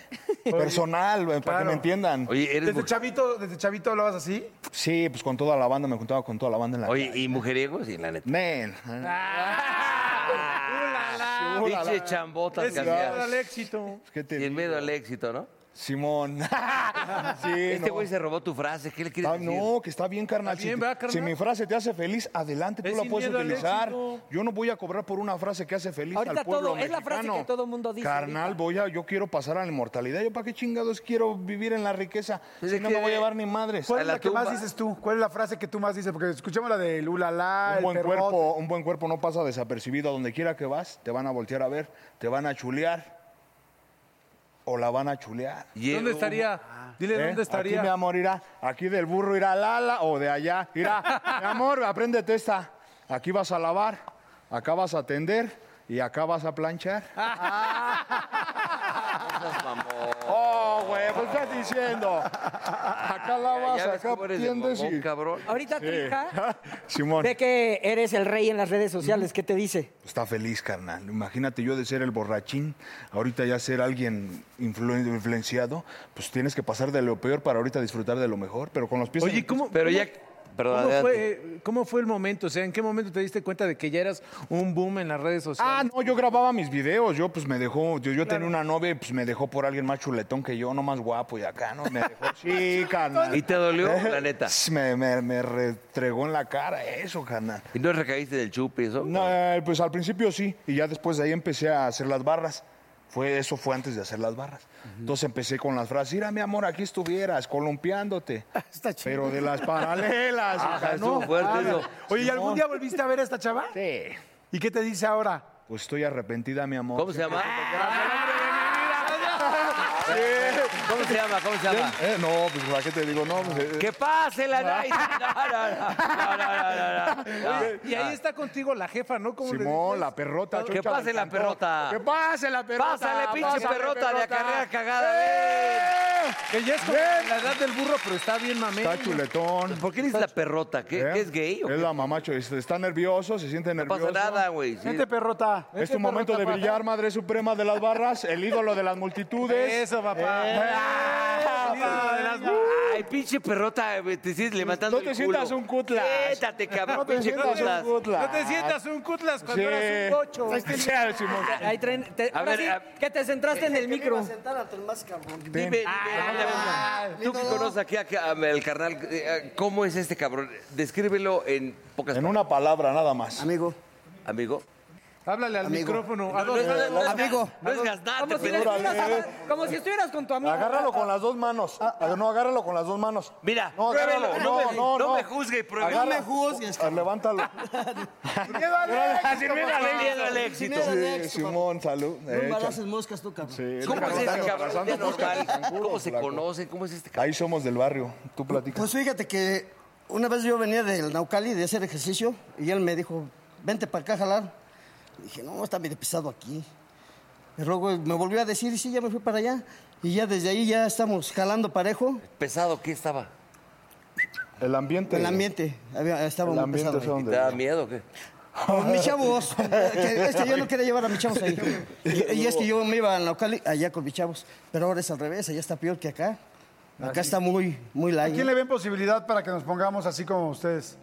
Personal, para que
Claro.
me entiendan.
¿Desde, chavito, ¿Desde chavito hablabas así?
Sí, pues con toda la banda, me juntaba con toda la banda en la
Oye, ¿y mujeriego? Sí, la neta.
Men. ah,
Ah.
Pinche chambota,
Es miedo al
éxito.
pues,
Sin miedo al éxito, ¿no?
Simón. [laughs]
este
no.
güey se robó tu frase. ¿Qué le quieres
Ah,
decir?
no, que está bien, carnal.
Está bien,
si,
¿verdad, carnal?
si mi frase te hace feliz, adelante,
Es
tú la
sin
puedes
miedo al
utilizar.
éxito.
Yo no voy a cobrar por una frase que hace feliz
[laughs] Ahorita
al pueblo
todo- es la frase
mexicano.
que todo mundo dice
Carnal, voy a, yo quiero pasar a la inmortalidad. ¿Yo para qué chingados quiero vivir en la riqueza?
Pues
Si no me voy a llevar ni madres.
¿Cuál es la, que más dices tú? ¿Cuál es la frase que tú más dices? Porque escuchemos la de ulala,
Un
el
buen,
perro.
cuerpo, un buen cuerpo no pasa desapercibido. A donde quiera que vas, te van a voltear a ver, te van a chulear. O la van a chulear.
¿Dónde estaría? Dile,
¿Eh?
¿dónde estaría?
Aquí, mi amor, irá. Aquí del burro irá Lala o de allá. Irá, mi amor, apréndete esta. Aquí vas a lavar, acá vas a atender y acá vas a planchar. Oh, güey, pues estás diciendo. Acá lavas,
Ya ves
acá
cómo eres de
atiendes y...
mamón, cabrón.
Ahorita tu
Sí.
hija
[laughs] Simón.
ve que eres el rey en las redes sociales. ¿Qué te dice?
Está feliz, carnal. Imagínate yo de ser el borrachín, ahorita ya ser alguien influ- influenciado, pues tienes que pasar de lo peor para ahorita disfrutar de lo mejor, pero con los pies...
Oye, ¿cómo, cómo- ¿cómo,
eh,
fue, cómo fue el momento? O sea, ¿en qué momento te diste cuenta de que ya eras un boom en las redes sociales?
Ah, no, yo grababa mis videos, yo pues me dejó, yo, yo tenía una novia y pues me dejó por alguien más chuletón que yo, no más guapo y acá, ¿no? Me dejó, [laughs] sí, carnal.
¿Y te
[laughs]
dolió, la neta?
Me, me, me retregó en la cara eso, carnal.
¿Y no recaíste del chupe eso?
No, eh, pues al principio sí, y ya después de ahí empecé a hacer las barras. Fue, eso fue antes de hacer las barras. Entonces empecé con las frases, mira mi amor, aquí estuvieras, columpiándote. Pero de las paralelas,
Ah,
Ajá,
hija,
estuvo
no,
fuerte
mames.
eso. Oye, ¿y algún día volviste a ver a esta chava?
Sí.
¿Y qué te dice ahora?
Pues estoy arrepentida, mi amor.
¿Cómo se llama?
[laughs]
¿Cómo se llama? ¿Cómo se llama?
Eh, no, pues ¿para qué te digo? No, pues, eh,
¡Que pase la
[laughs]
night! No, no, no, no, no, no, no.
Oye, y ahí está contigo la jefa, ¿no? ¿Cómo le
Simón,
dices?
la perrota.
Que
chucha,
pase la
encantó.
perrota.
Que pase la perrota.
Pásale, pinche perrota de acarrea
cagada,
Que ya es como la edad del burro, pero está bien mamé.
Está chuletón.
¿Por qué le dices la perrota? ¿Qué,
¿Eh?
qué es gay? o qué?
Es la mamacho. es- Está nervioso, se siente
No pasa
nervioso.
nada, güey. sí.
Vente,
perrota.
Es tu momento de brillar, madre suprema de las barras, el ídolo de las multitudes. Eh,
Eso, papá.
Ay, pinche perrota, güey, te sigues levantando
No te
el culo.
sientas un cutlas.
Siéntate, cabrón,
No te
pinche
sientas
cutlas.
un cutlas.
No te sientas un cutlas cuando
Sí.
Eh,
eras un bocho.
Sí, Simón.
Ahí traen- te-
A
ahora
ver,
sí,
a-
que te centraste en el micro.
Dime, dime,
Ah,
dime, Ah, tú que conoces aquí a- a- al carnal, eh, ¿cómo es este cabrón? Descríbelo en pocas
En una palabra, nada más.
Amigo. Amigo.
Háblale al
Amigo.
micrófono. a
No,
dos-
no, no,
eh,
no,
a-
amigo.
a dos-
No es gastante,
Como si
pero-
le-
Como si estuvieras con tu amigo.
Agárralo con las dos manos. Ah, no, agárralo con las dos manos.
Mira,
no,
pruébelo,
agárralo.
no me-
no,
no
no.
me juzgue y pruébelo.
Agarra-
No me
Ah, Levántalo.
Sin miedo al éxito. Sin miedo al
Sí,
éxito.
Simón, salud.
No
Échale.
embaraces moscas tú, cabrón.
Sí,
¿Cómo es este
abrazando,
cabrón de
abrazando,
normal?
seguro,
¿Cómo se
flaco.
conocen? ¿Cómo es este
Ahí somos del barrio. Tú platicas.
Pues fíjate que una vez yo venía del Naucali de hacer ejercicio y él me dijo, vente para acá a jalar. Y dije, no, está medio pesado aquí. Y luego me volvió a decir, y sí, ya me fui para allá. Y ya desde ahí ya estamos jalando parejo.
pesado? ¿Qué estaba?
El ambiente.
El ambiente había- estaba
El
muy
ambiente,
pesado.
¿dónde?
¿Te da miedo o qué?
[laughs] Pues mis chavos, que es que yo no quería llevar a mis chavos ahí. Y, y es que yo me iba al Naucali allá con mis chavos. Pero ahora es al revés, allá está peor que acá. Acá está muy, muy
Ah, ¿A
light.
quién le ven posibilidad para que nos pongamos así como ustedes?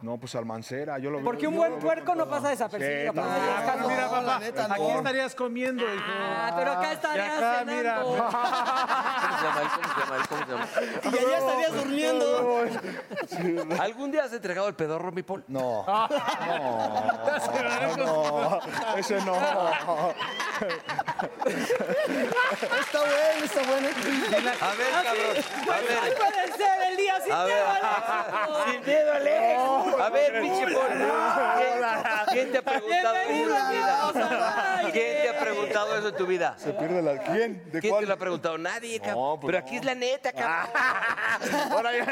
No, pues almancera, yo lo veo.
Porque un buen puerco no pasa desapercibido.
Sí,
papá.
también.
Acá no,
Mira, papá,
la neta, no.
aquí estarías comiendo, hijo.
Ah, pero acá estarías
acá,
cenando.
¿Cómo se llama? él? ¿Cómo se llama? él? ¿Cómo se llama?
Y allá estarías durmiendo.
¿Algún día has entregado el pedorro, mi Paul? [laughs]
No. No, ese no.
Está bueno, está bueno.
A ver, cabrón. A
Ay,
ver.
puede ser el día sin
A ver.
miedo al éxito.
Sin miedo, Alex. A ver, pinche Paul. ¿Quién- ¿Quién ¿Quién te ha preguntado eso en tu vida?
Bienvenido,
¿Quién te ha preguntado eso en tu vida? Se
pierde la. ¿Quién?
¿Quién te lo ha preguntado? Nadie, cabrón.
No, pues
Pero
no.
aquí es la [laughs] neta,
Ah,
cabrón. Ahora ya.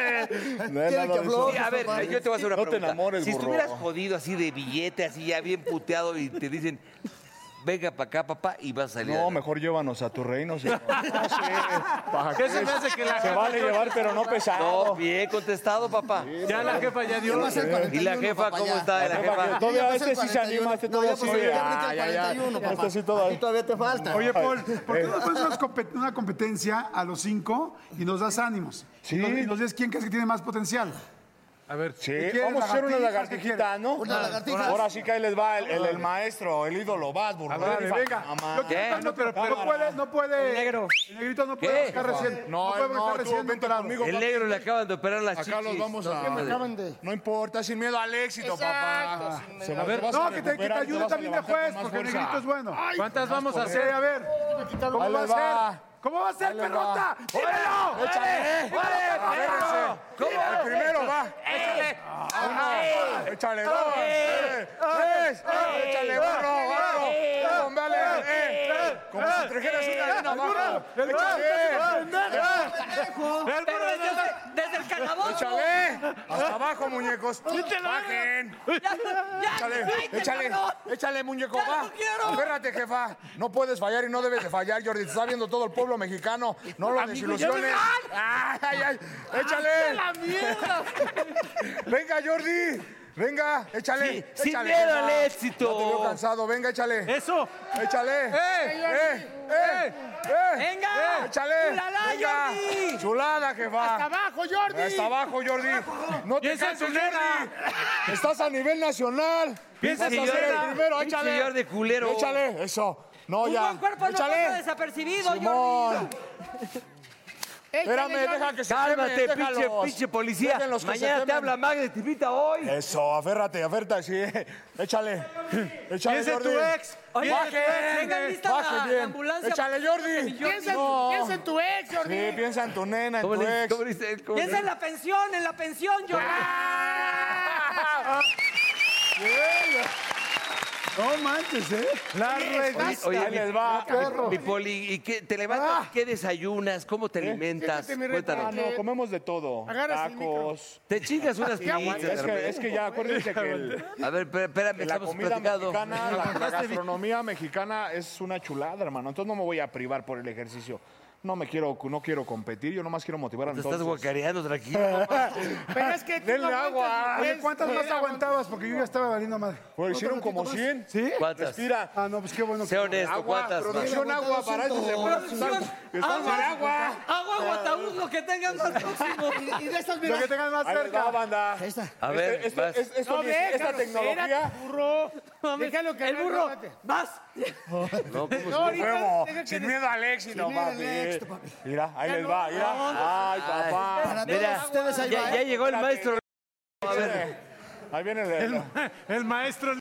nada de eso.
Sí, a ver, yo te voy a hacer una
No te
pregunta.
enamores,
si
burro.
estuvieras jodido así de billete, así ya bien puteado y te dicen, venga para acá, papá, y vas a salir.
No, mejor llévanos a tu reino. señor. ¿Para
¿Qué se me hace que la
Se
jefa-
vale llevar, pero no pesado.
No, bien contestado, papá.
Ya la jefa ya dio. Ya más el
¿Y la
41,
jefa
papá,
cómo
ya.
está?
La
¿Y ¿La
jefa
jefa?
que todavía Ya este pasó el sí se anima, este 41. todavía No, ya sí. pasó el- ya Ah, ahorita el ya, ya. 41, Este papá. sí todavía. A ti
todavía te falta.
Oye, Paul, ¿por qué
Eh.
no pones unas compet- una competencia a los cinco y nos das ánimos? Y nos, y nos dices quién crees que tiene más potencial.
A ver, sí,
¿Qué quieres,
vamos a hacer una
lagartijas? ¿Qué
lagartijita,
quieres? Ah,
¿no?
Una lagartija.
Ahora sí que ahí les va el, el- el maestro, el ídolo, vas, burro.
Órale,
rifa.
venga.
Mamá.
Lo que pasa, no, pero- pero- no puede, no puede. El negro. El negrito no puede
¿Qué?
buscar recién.
No,
puede
no,
buscar
tú
recién.
vente
operado.
conmigo, El negro le acaban de operar las
Acá los
chichis.
vamos
No,
a-
qué madre.
No importa, sin miedo al éxito, papá.
Ah, Se va- te vas a recuperar, te vas a levantar con más fuerza. Ay,
¿Cuántas
con más
vamos a
poder.
hacer? A ver.
¿Cómo
Ahí
va a
les
ser?
va.
¿Cómo va a ser,
Ahí les va.
perrota? ¡Dímelo!
Échale. ¿eh?
¡Dímelo, perro!
¿Cómo? El primero va.
Eh.
Échale.
Uno, échale dos, eh, tres, eh,
Ah,
échale burro, burro, eh, bombale, eh, eh, como si trajeras una arena abajo,
Eh,
échale,
Pero desde-
desde el calabozo.
échale, hasta abajo muñecos, bajen, échale,
vete,
échale,
cabrón.
échale muñeco,
Ya
va,
no quiero.
agárrate jefa, no puedes fallar y no debes de fallar Jordi, te está viendo todo el pueblo mexicano, no lo
Amigo, ya me-
desilusiones, ay, ay, ay, échale,
¡Hazte la
[laughs]
mierda!
Venga, Jordi. Venga, échale.
Sí,
échale.
sin miedo al
Venga.
éxito.
No te veo cansado. Venga, échale. Eso. Échale.
¡Eh!
¡Eh! ¡Eh! ¡Eh!
¡Venga!
¡Eh! ¡Échale!
¡Chulala,
¡Venga!
Jordi!
¡Chulada, jefa!
¡Hasta abajo, Jordi!
¡Hasta abajo, Jordi! ¡No te
Piensa en
canses,
tu nena.
Jordi! ¡Estás a nivel nacional!
Piensa
Vas
en
a
tu
ser
nena.
el primero!
Pinche
¡Échale!
Jordi culero.
¡Échale! ¡Eso! ¡No,
Un
ya!
buen cuerpo no
¡Échale!
pasa desapercibido,
Simón.
Jordi.
Espérame, deja que se
Cálmate,
quemen,
pinche,
déjalos.
pinche policía.
Déjenlos que se
Mañana te
quemen.
habla Magde, te invita hoy.
Eso, aférrate, aférrate, sí. Échale. Échale,
Piensa en
Jordi.
tu
Baje,
ex. Oye,
tengan lista
baje
la- la
bien.
ambulancia
Échale,
para que
Jordi.
mi Jordi- Piensa en- piensa en tu ex, Jordi.
Sí, piensa en tu nena, en tu ex.
Piensa en la pensión, en la pensión, Jordi.
Ah.
No manches, ¿eh?
La
Oye,
revista.
oye,
Ahí
mi-
les va.
mi- Mi, poli, ¿y qué, ¿te levantas? ¿Qué desayunas? ¿Cómo te alimentas?
Siéntate, mi rey,
Cuéntanos.
Ah, no, comemos de todo.
Agarras el
Tacos.
Te chingas unas
Sí,
pizzas.
es que, es que ya, acuérdense que el-
A ver, espé- espérame,
la
estamos
comida
platicando.
mexicana, la, la gastronomía mexicana es una chulada, hermano. Entonces no me voy a privar por el ejercicio. No me quiero, no quiero competir, yo nomás quiero motivar a
Te
todos.
estás guacareando, tranquilo.
[laughs]
Pero es que tú
Denle
no
agua.
aguantas,
Oye, ¿cuántas
Este,
más aguantabas? Porque yo ya estaba valiendo madre.
Pues hicieron
¿Otro ratito
como
más?
100.
¿Sí?
¿Cuántas?
Respira. Ah, no, pues qué bueno.
Sé honesto, ¿cuántas?
Producción agua, para eso se
Agua,
agua.
Agua, guataúz, lo que tengan más próximo.
Y- y de estas, mira. Lo que tengan más
Ahí les
cerca.
va, banda.
A ver,
Este- este-
vas.
es- esto
No,
ni- esta
déjalo,
tecnología.
espérate, burro. Déjalo que
El burro, vas.
No, ¿cómo
No, ahorita
Huevo,
deja que
sin
des-
miedo al éxito,
Sin miedo al
papi.
éxito,
Mira, ahí
Ya
les
no,
va, mira.
no.
Ay, papá.
Ay, mira, ya, ya llegó el maestro. A ver,
¿eh? Ahí viene el,
El maestro.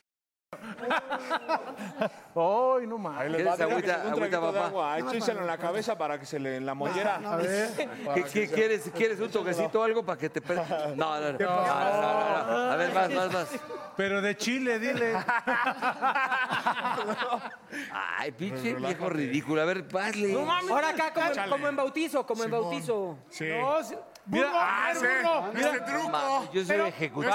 Ay, no mames. Ahí les va, deja
¿Quieres
que se dé
agüita-
un
agüita,
traguito de
papá?
agua. Ahí échenselo en la cabeza para que se le en la mollera.
no, ¿qué, qué quieres? ¿Quieres un toquecito o algo para que te pegue? No, no, no. No, no, no, no. A ver, más, más, más.
Pero de Chile, dile.
Ay, pinche viejo ridículo. A ver, pasle.
Ahora acá, como,
Échale.
como en bautizo, como en bautizo.
Sí.
No, sí.
Mira,
Burro,
ah,
burro,
sí,
burro.
mira. Este truco. Ma, yo soy ejecutivo.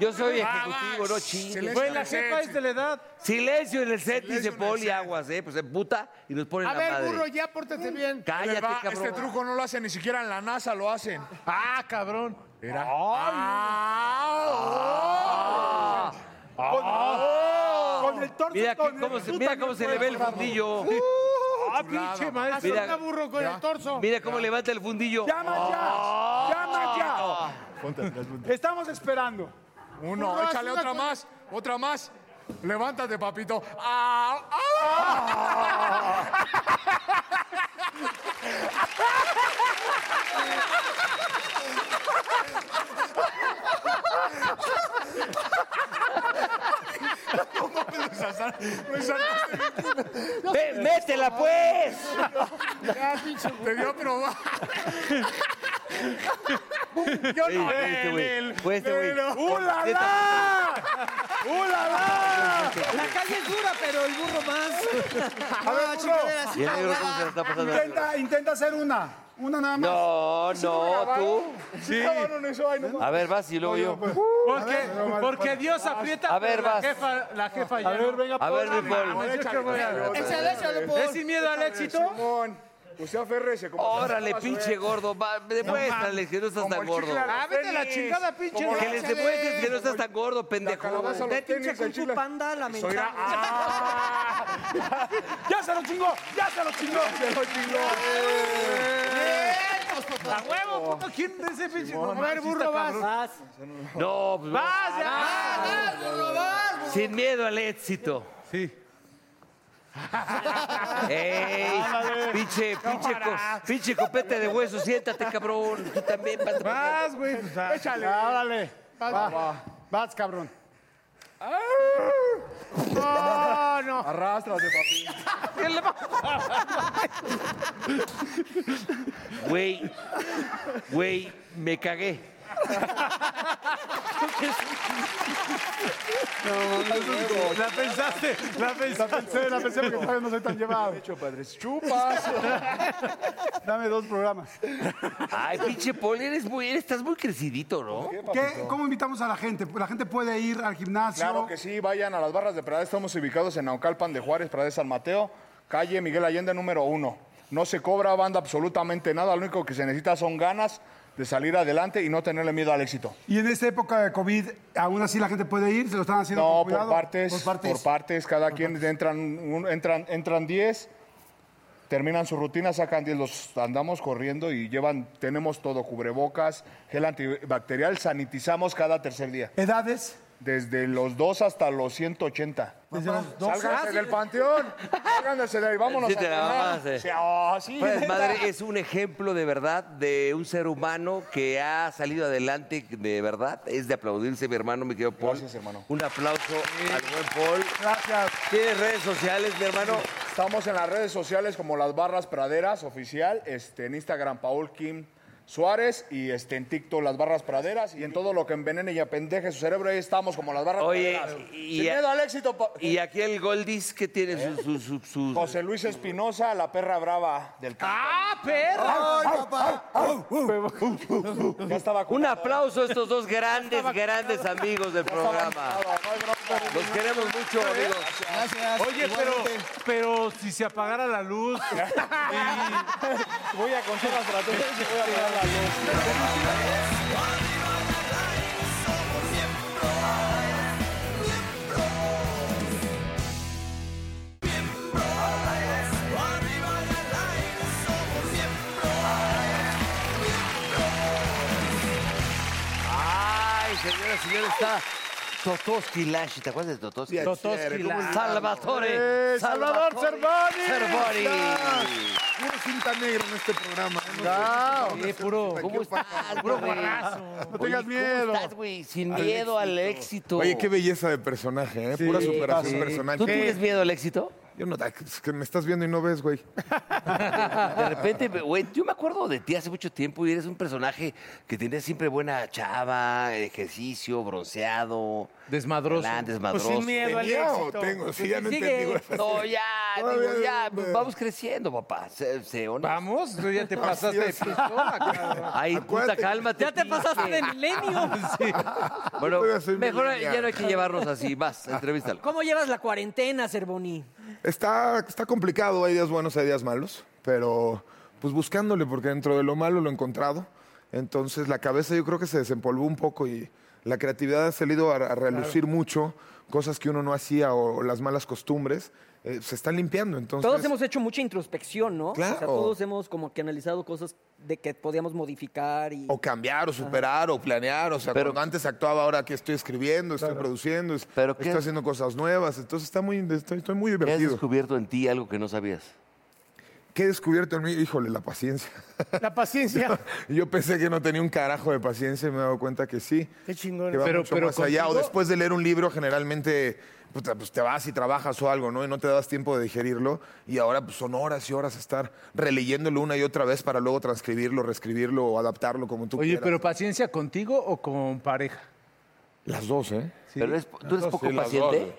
Yo soy ejecutivo, no chingues.
Güey, la jefa es de la edad.
Silencio en el set, dice Poli Aguas, ¿eh? Pues se puta y nos ponen
A
la
ver,
madre.
burro, ya pórtate bien.
Cállate,
Va,
cabrón.
Este truco no lo hacen ni siquiera en la NASA, lo hacen.
Ah, cabrón.
Mira. Ah, oh.
Ah.
Ah.
Oh.
Con el torso.
Mira,
con
que-
el-
cómo se,
tú
mira
también
cómo se le
puedes,
ve el
bravo.
fundillo.
Uh.
¡Ah, pinche maestro!
Mira.
Azota burro con el torso.
Mira cómo levanta
[laughs]
el fundillo.
¡Llama ya! ¡Llama
Ah.
Ah.
ya! Estamos esperando.
Uno,
Burro,
échale
haz una
otra
con-
más, otra más. Levántate, papito. ¡Ah! ¡Ah!
Ve, ¡Métela, pues!
Ya, pinche burro.
Te dio a probar.
[laughs]
[laughs]
Yo no, este güey. Fue este güey.
¡Uh, la, la! ¡Uh, la, la!
La calle es dura, pero el burro
[laughs]
más.
A ver, burro.
Y
Ah,
el negro, ¿cómo se la está pasando?
Intenta, intenta hacer una. Una nada más.
No,
¿Sí lo
no,
grabaron?
tú.
Sí. grabaron eso? Ay, no mames.
A ver, vas y luego
No,
yo.
pues. A
Porque,
ver, no, vale,
porque
vale.
Dios aprieta.
A ver,
pero la
vas.
jefa, la jefa ya.
A ver,
no.
venga, A ver, Paul. mi Paul.
Yo creo que voy a-
Échale, échale, Paul.
¿Es sin miedo al éxito?
Simón. Usted aférrese. como-
Órale, pinche gordo. va, Demuéstrales que no estás tan
chicle
gordo.
a los
Ah, vete a la
tenis.
chingada, pinche
Como
Que
la-
les
Échale.
demuestres que no estás tan gordo, pendejo.
calabaza a los
Vete
tenis,
pinche
el
Kung Fu
chile.
Panda, la
Soy la-
mentada.
[laughs] ¡Ya se lo chingó! ¡Ya se lo chingó! ¡Ya se lo
chingó! ¡A huevo, puto! ¿Quién de ese pinche?
A ver, burro, vas.
No, pues
¡Vas, ya!
Sin miedo al éxito. Sí. [laughs] ¡Ey!
Ándale.
Pinche, pinche, co-
Cámara.
pinche copete de hueso, siéntate, cabrón. Tú también vas.
Vas,
[laughs]
güey.
Échale.
Árale.
Vas,
Ah, Va. Vas, cabrón.
No, no.
Arrástrate,
[laughs]
papi. [laughs]
Güey, güey, me cagué.
La pensaste, la
La pensé, la pensé porque todavía no soy tan llevado. De
hecho, padres, chupas. [laughs]
Dame dos programas.
Ay, pinche Poli, eres muy, estás muy crecidito, ¿no?
¿Qué- ¿Cómo invitamos a la gente? La gente puede ir al gimnasio.
Claro que sí, vayan a las barras de Prada. Estamos ubicados en Naucalpan de Juárez, Prada de San Mateo, calle Miguel Allende número uno. No se cobra banda absolutamente nada, lo único que se necesita son ganas de salir adelante y no tenerle miedo al éxito.
Y en esta época de COVID, aún así la gente puede ir, se lo están haciendo
No,
con
por
cuidado?
partes, por partes, cada quien entran un- entran entran 10, terminan su rutina, sacan 10, los andamos corriendo y llevan tenemos todo cubrebocas, gel antibacterial, sanitizamos cada tercer día.
¿Edades?
Desde los 2 hasta los 180.
Desde los dos-
Sálganse del panteón, sálganse de ahí, vámonos
Sí, te la
a entrenar.
mamaste.
Sí, ah, sí,
Fuera de
neta.
eh". Pues, madre, es un ejemplo de verdad de un ser humano que ha salido adelante de verdad. Es de aplaudirse, mi hermano, mi querido Paul.
Gracias, hermano.
Un aplauso al buen Paul.
Gracias.
Tienes redes sociales, mi hermano.
Estamos en las redes sociales como Las Barras Praderas Oficial, este, en Instagram Paul Kim Suárez y este, en TikTok Las Barras Praderas y en todo lo que envenene y apendeje su cerebro, ahí estamos como Las Barras
Oye,
Praderas.
y-
Sin miedo al éxito, pa-
Y aquí el Goldis que tiene sus... sus- sus- sus-
José Luis Espinosa, la perra brava del ¡Ah, Uh, Ya estaba
Un aplauso a estos dos grandes, grandes amigos del programa. Los queremos mucho, amigos.
Gracias. Oye, pero, pero si se apagara
[laughs]
la luz.
Voy a contar las estrategias y voy a apagar la luz.
Ay, señora, señora, está Totoski Lash. ¿Te acuerdas de Totoski?
Bien, Totoski chévere, ¿cómo Lash. están?
Salvatore.
Eh, Salvador Cervoni.
Cervoni.
Ah,
Puro cinta negra en este
¿eh?
programa. eh, puro. ¿Cómo estás,
Puro
güey?
guarrazo.
Oye,
No tengas miedo.
¿Cómo estás, güey? Sin miedo al éxito.
Oye, qué belleza de personaje, ¿eh?
Sí,
Pura
sí.
superación personal.
¿Tú tienes miedo al éxito?
Yo no, ay, es que me estás viendo y no ves, güey.
De repente, güey, yo me acuerdo de ti hace mucho tiempo y eres un personaje que tenía siempre buena chava, ejercicio, bronceado. Desmadroso. desmadroso.
Pues sin miedo al Tenía o éxito. tengo, sí, ya no
sigue.
entendí, güey.
No, ya,
Todavía eh.
digo, ya, pues,
no,
vamos creciendo, papá.
Vamos, tú ya te pasaste
[laughs]
de pistola, cabrón.
Ay, puta,
Acuérdate-
cálmate.
Ya te pasaste de milenio.
[laughs] Sí. Bueno,
Todavía soy
mejor
millennial.
ya no hay que llevarnos así. Vas, entrevístalo.
¿Cómo llevas la cuarentena, Cervoni?
Está, está complicado, hay días buenos, hay días malos, pero pues buscándole, porque dentro de lo malo lo he encontrado. Entonces la cabeza yo creo que se desempolvó un poco y la creatividad ha salido a, a relucir mucho, cosas que uno no hacía o, las malas costumbres, eh, se están limpiando. Entonces,
Todos hemos hecho mucha introspección, ¿no? O sea,
Claro.
todos hemos como que analizado cosas de que podíamos modificar y...
O cambiar, o superar, o planear. O sea, cuando antes actuaba, ahora que estoy escribiendo, estoy produciendo, es- estoy
qué-
haciendo cosas nuevas. Entonces está muy, estoy, estoy muy
¿Qué has
divertido.
descubierto en ti algo que no sabías?
¿Qué he descubierto en mí? Híjole, la paciencia.
La paciencia.
Yo pensé que [laughs] no tenía un carajo de paciencia y me he dado cuenta que sí.
Qué chingón.
Que va mucho más allá. O después de leer un libro, generalmente puta, pues, te vas y trabajas o algo, ¿no? Y no te das tiempo de digerirlo. Y ahora pues, son horas y horas estar releyéndolo una y otra vez para luego transcribirlo, reescribirlo o adaptarlo como tú
Oye,
quieras.
pero paciencia contigo o con pareja.
Las dos, ¿eh?
Pero eres-
Las
¿tú eres
dos,
poco
las
paciente?
dos.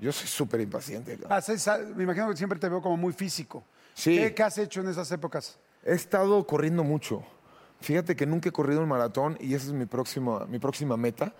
Yo soy súper impaciente. cabrón.
Haces- Ah, me imagino que siempre te veo como muy físico.
Sí.
¿Qué, qué has hecho en esas épocas?
He estado corriendo mucho. Fíjate que nunca he corrido un maratón y esa es mi próxima, mi próxima meta.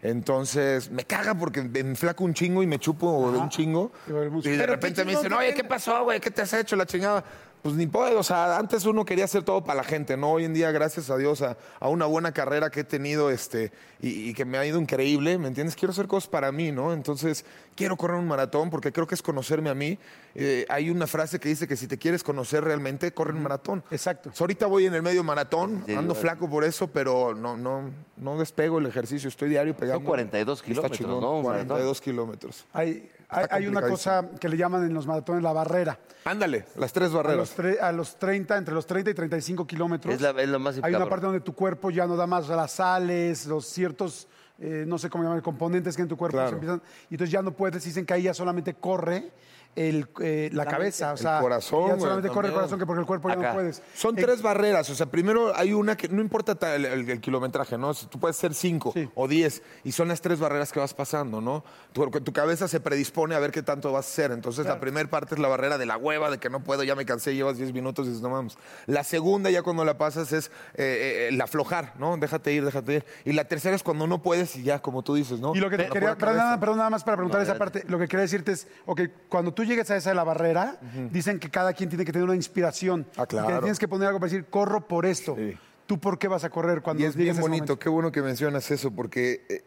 Entonces, me caga porque me enflaco un chingo y me chupo de un chingo. Y de
Pero
repente
qué
me
chingón
dicen,
que
oye,
tenga-
¿qué pasó, güey? ¿Qué te has hecho? La chingada. Pues ni puedo, o sea, antes uno quería hacer todo para la gente, ¿no? Hoy en día, gracias a Dios, a, a una buena carrera que he tenido este, y, y que me ha ido increíble, ¿me entiendes? Quiero hacer cosas para mí, ¿no? Entonces, quiero correr un maratón porque creo que es conocerme a mí. Eh, hay una frase que dice que si te quieres conocer realmente, corre un maratón. Exacto. ahorita voy en el medio maratón,
Sí,
ando
igual.
flaco por eso, pero no, no, no despego el ejercicio, estoy diario pegando.
42
Está
kilómetros,
chingón,
¿no? Un maratón.
42 kilómetros.
Hay, hay, hay una
complicadísimo.
cosa que le llaman en los maratones la barrera.
Ándale, las tres
A los,
barreras.
tre- a los 30, entre los 30 y 35 kilómetros.
Es la- es lo más
Hay una
cabrón.
parte donde tu cuerpo ya no da más las sales, los ciertos, eh, no sé cómo llamar, componentes que en tu cuerpo
Claro.
se empiezan. Y entonces ya no puedes, dicen que ahí ya solamente corre el, eh, la,
La
cabeza.
mente.
O sea,
El corazón,
Ya
güey,
solamente corre el
también.
corazón que porque el cuerpo ya
Acá.
no puedes.
Son
Eh,
tres barreras. O sea, primero hay una que no importa ta- el, el- el kilometraje, ¿no? Si Tú puedes ser cinco o diez y son las tres barreras que vas pasando, ¿no? Tu, tu cabeza se predispone a ver qué tanto vas a hacer. Entonces, la primera parte es la barrera de la hueva, de que no puedo, ya me cansé, llevas diez minutos y dices, no mames. La segunda, ya cuando la pasas, es eh, eh, el aflojar, ¿no? Déjate ir, déjate ir. Y la tercera es cuando no puedes y ya, como tú dices, ¿no?
Y lo que te
Cuando
quería,
pueda
perdón,
cabeza.
nada- perdón, nada más para preguntar
No,
esa
adelante.
parte, lo que quería decirte es, ok, cuando tú llegues a esa de la barrera, dicen que cada quien tiene que tener una inspiración. Ah, Que
claro.
tienes que poner algo para decir, corro por esto. ¿Tú por qué vas a correr cuando
Y es
llegues
bien
a ese
bonito,
momento?
qué bueno que mencionas eso, porque, eh,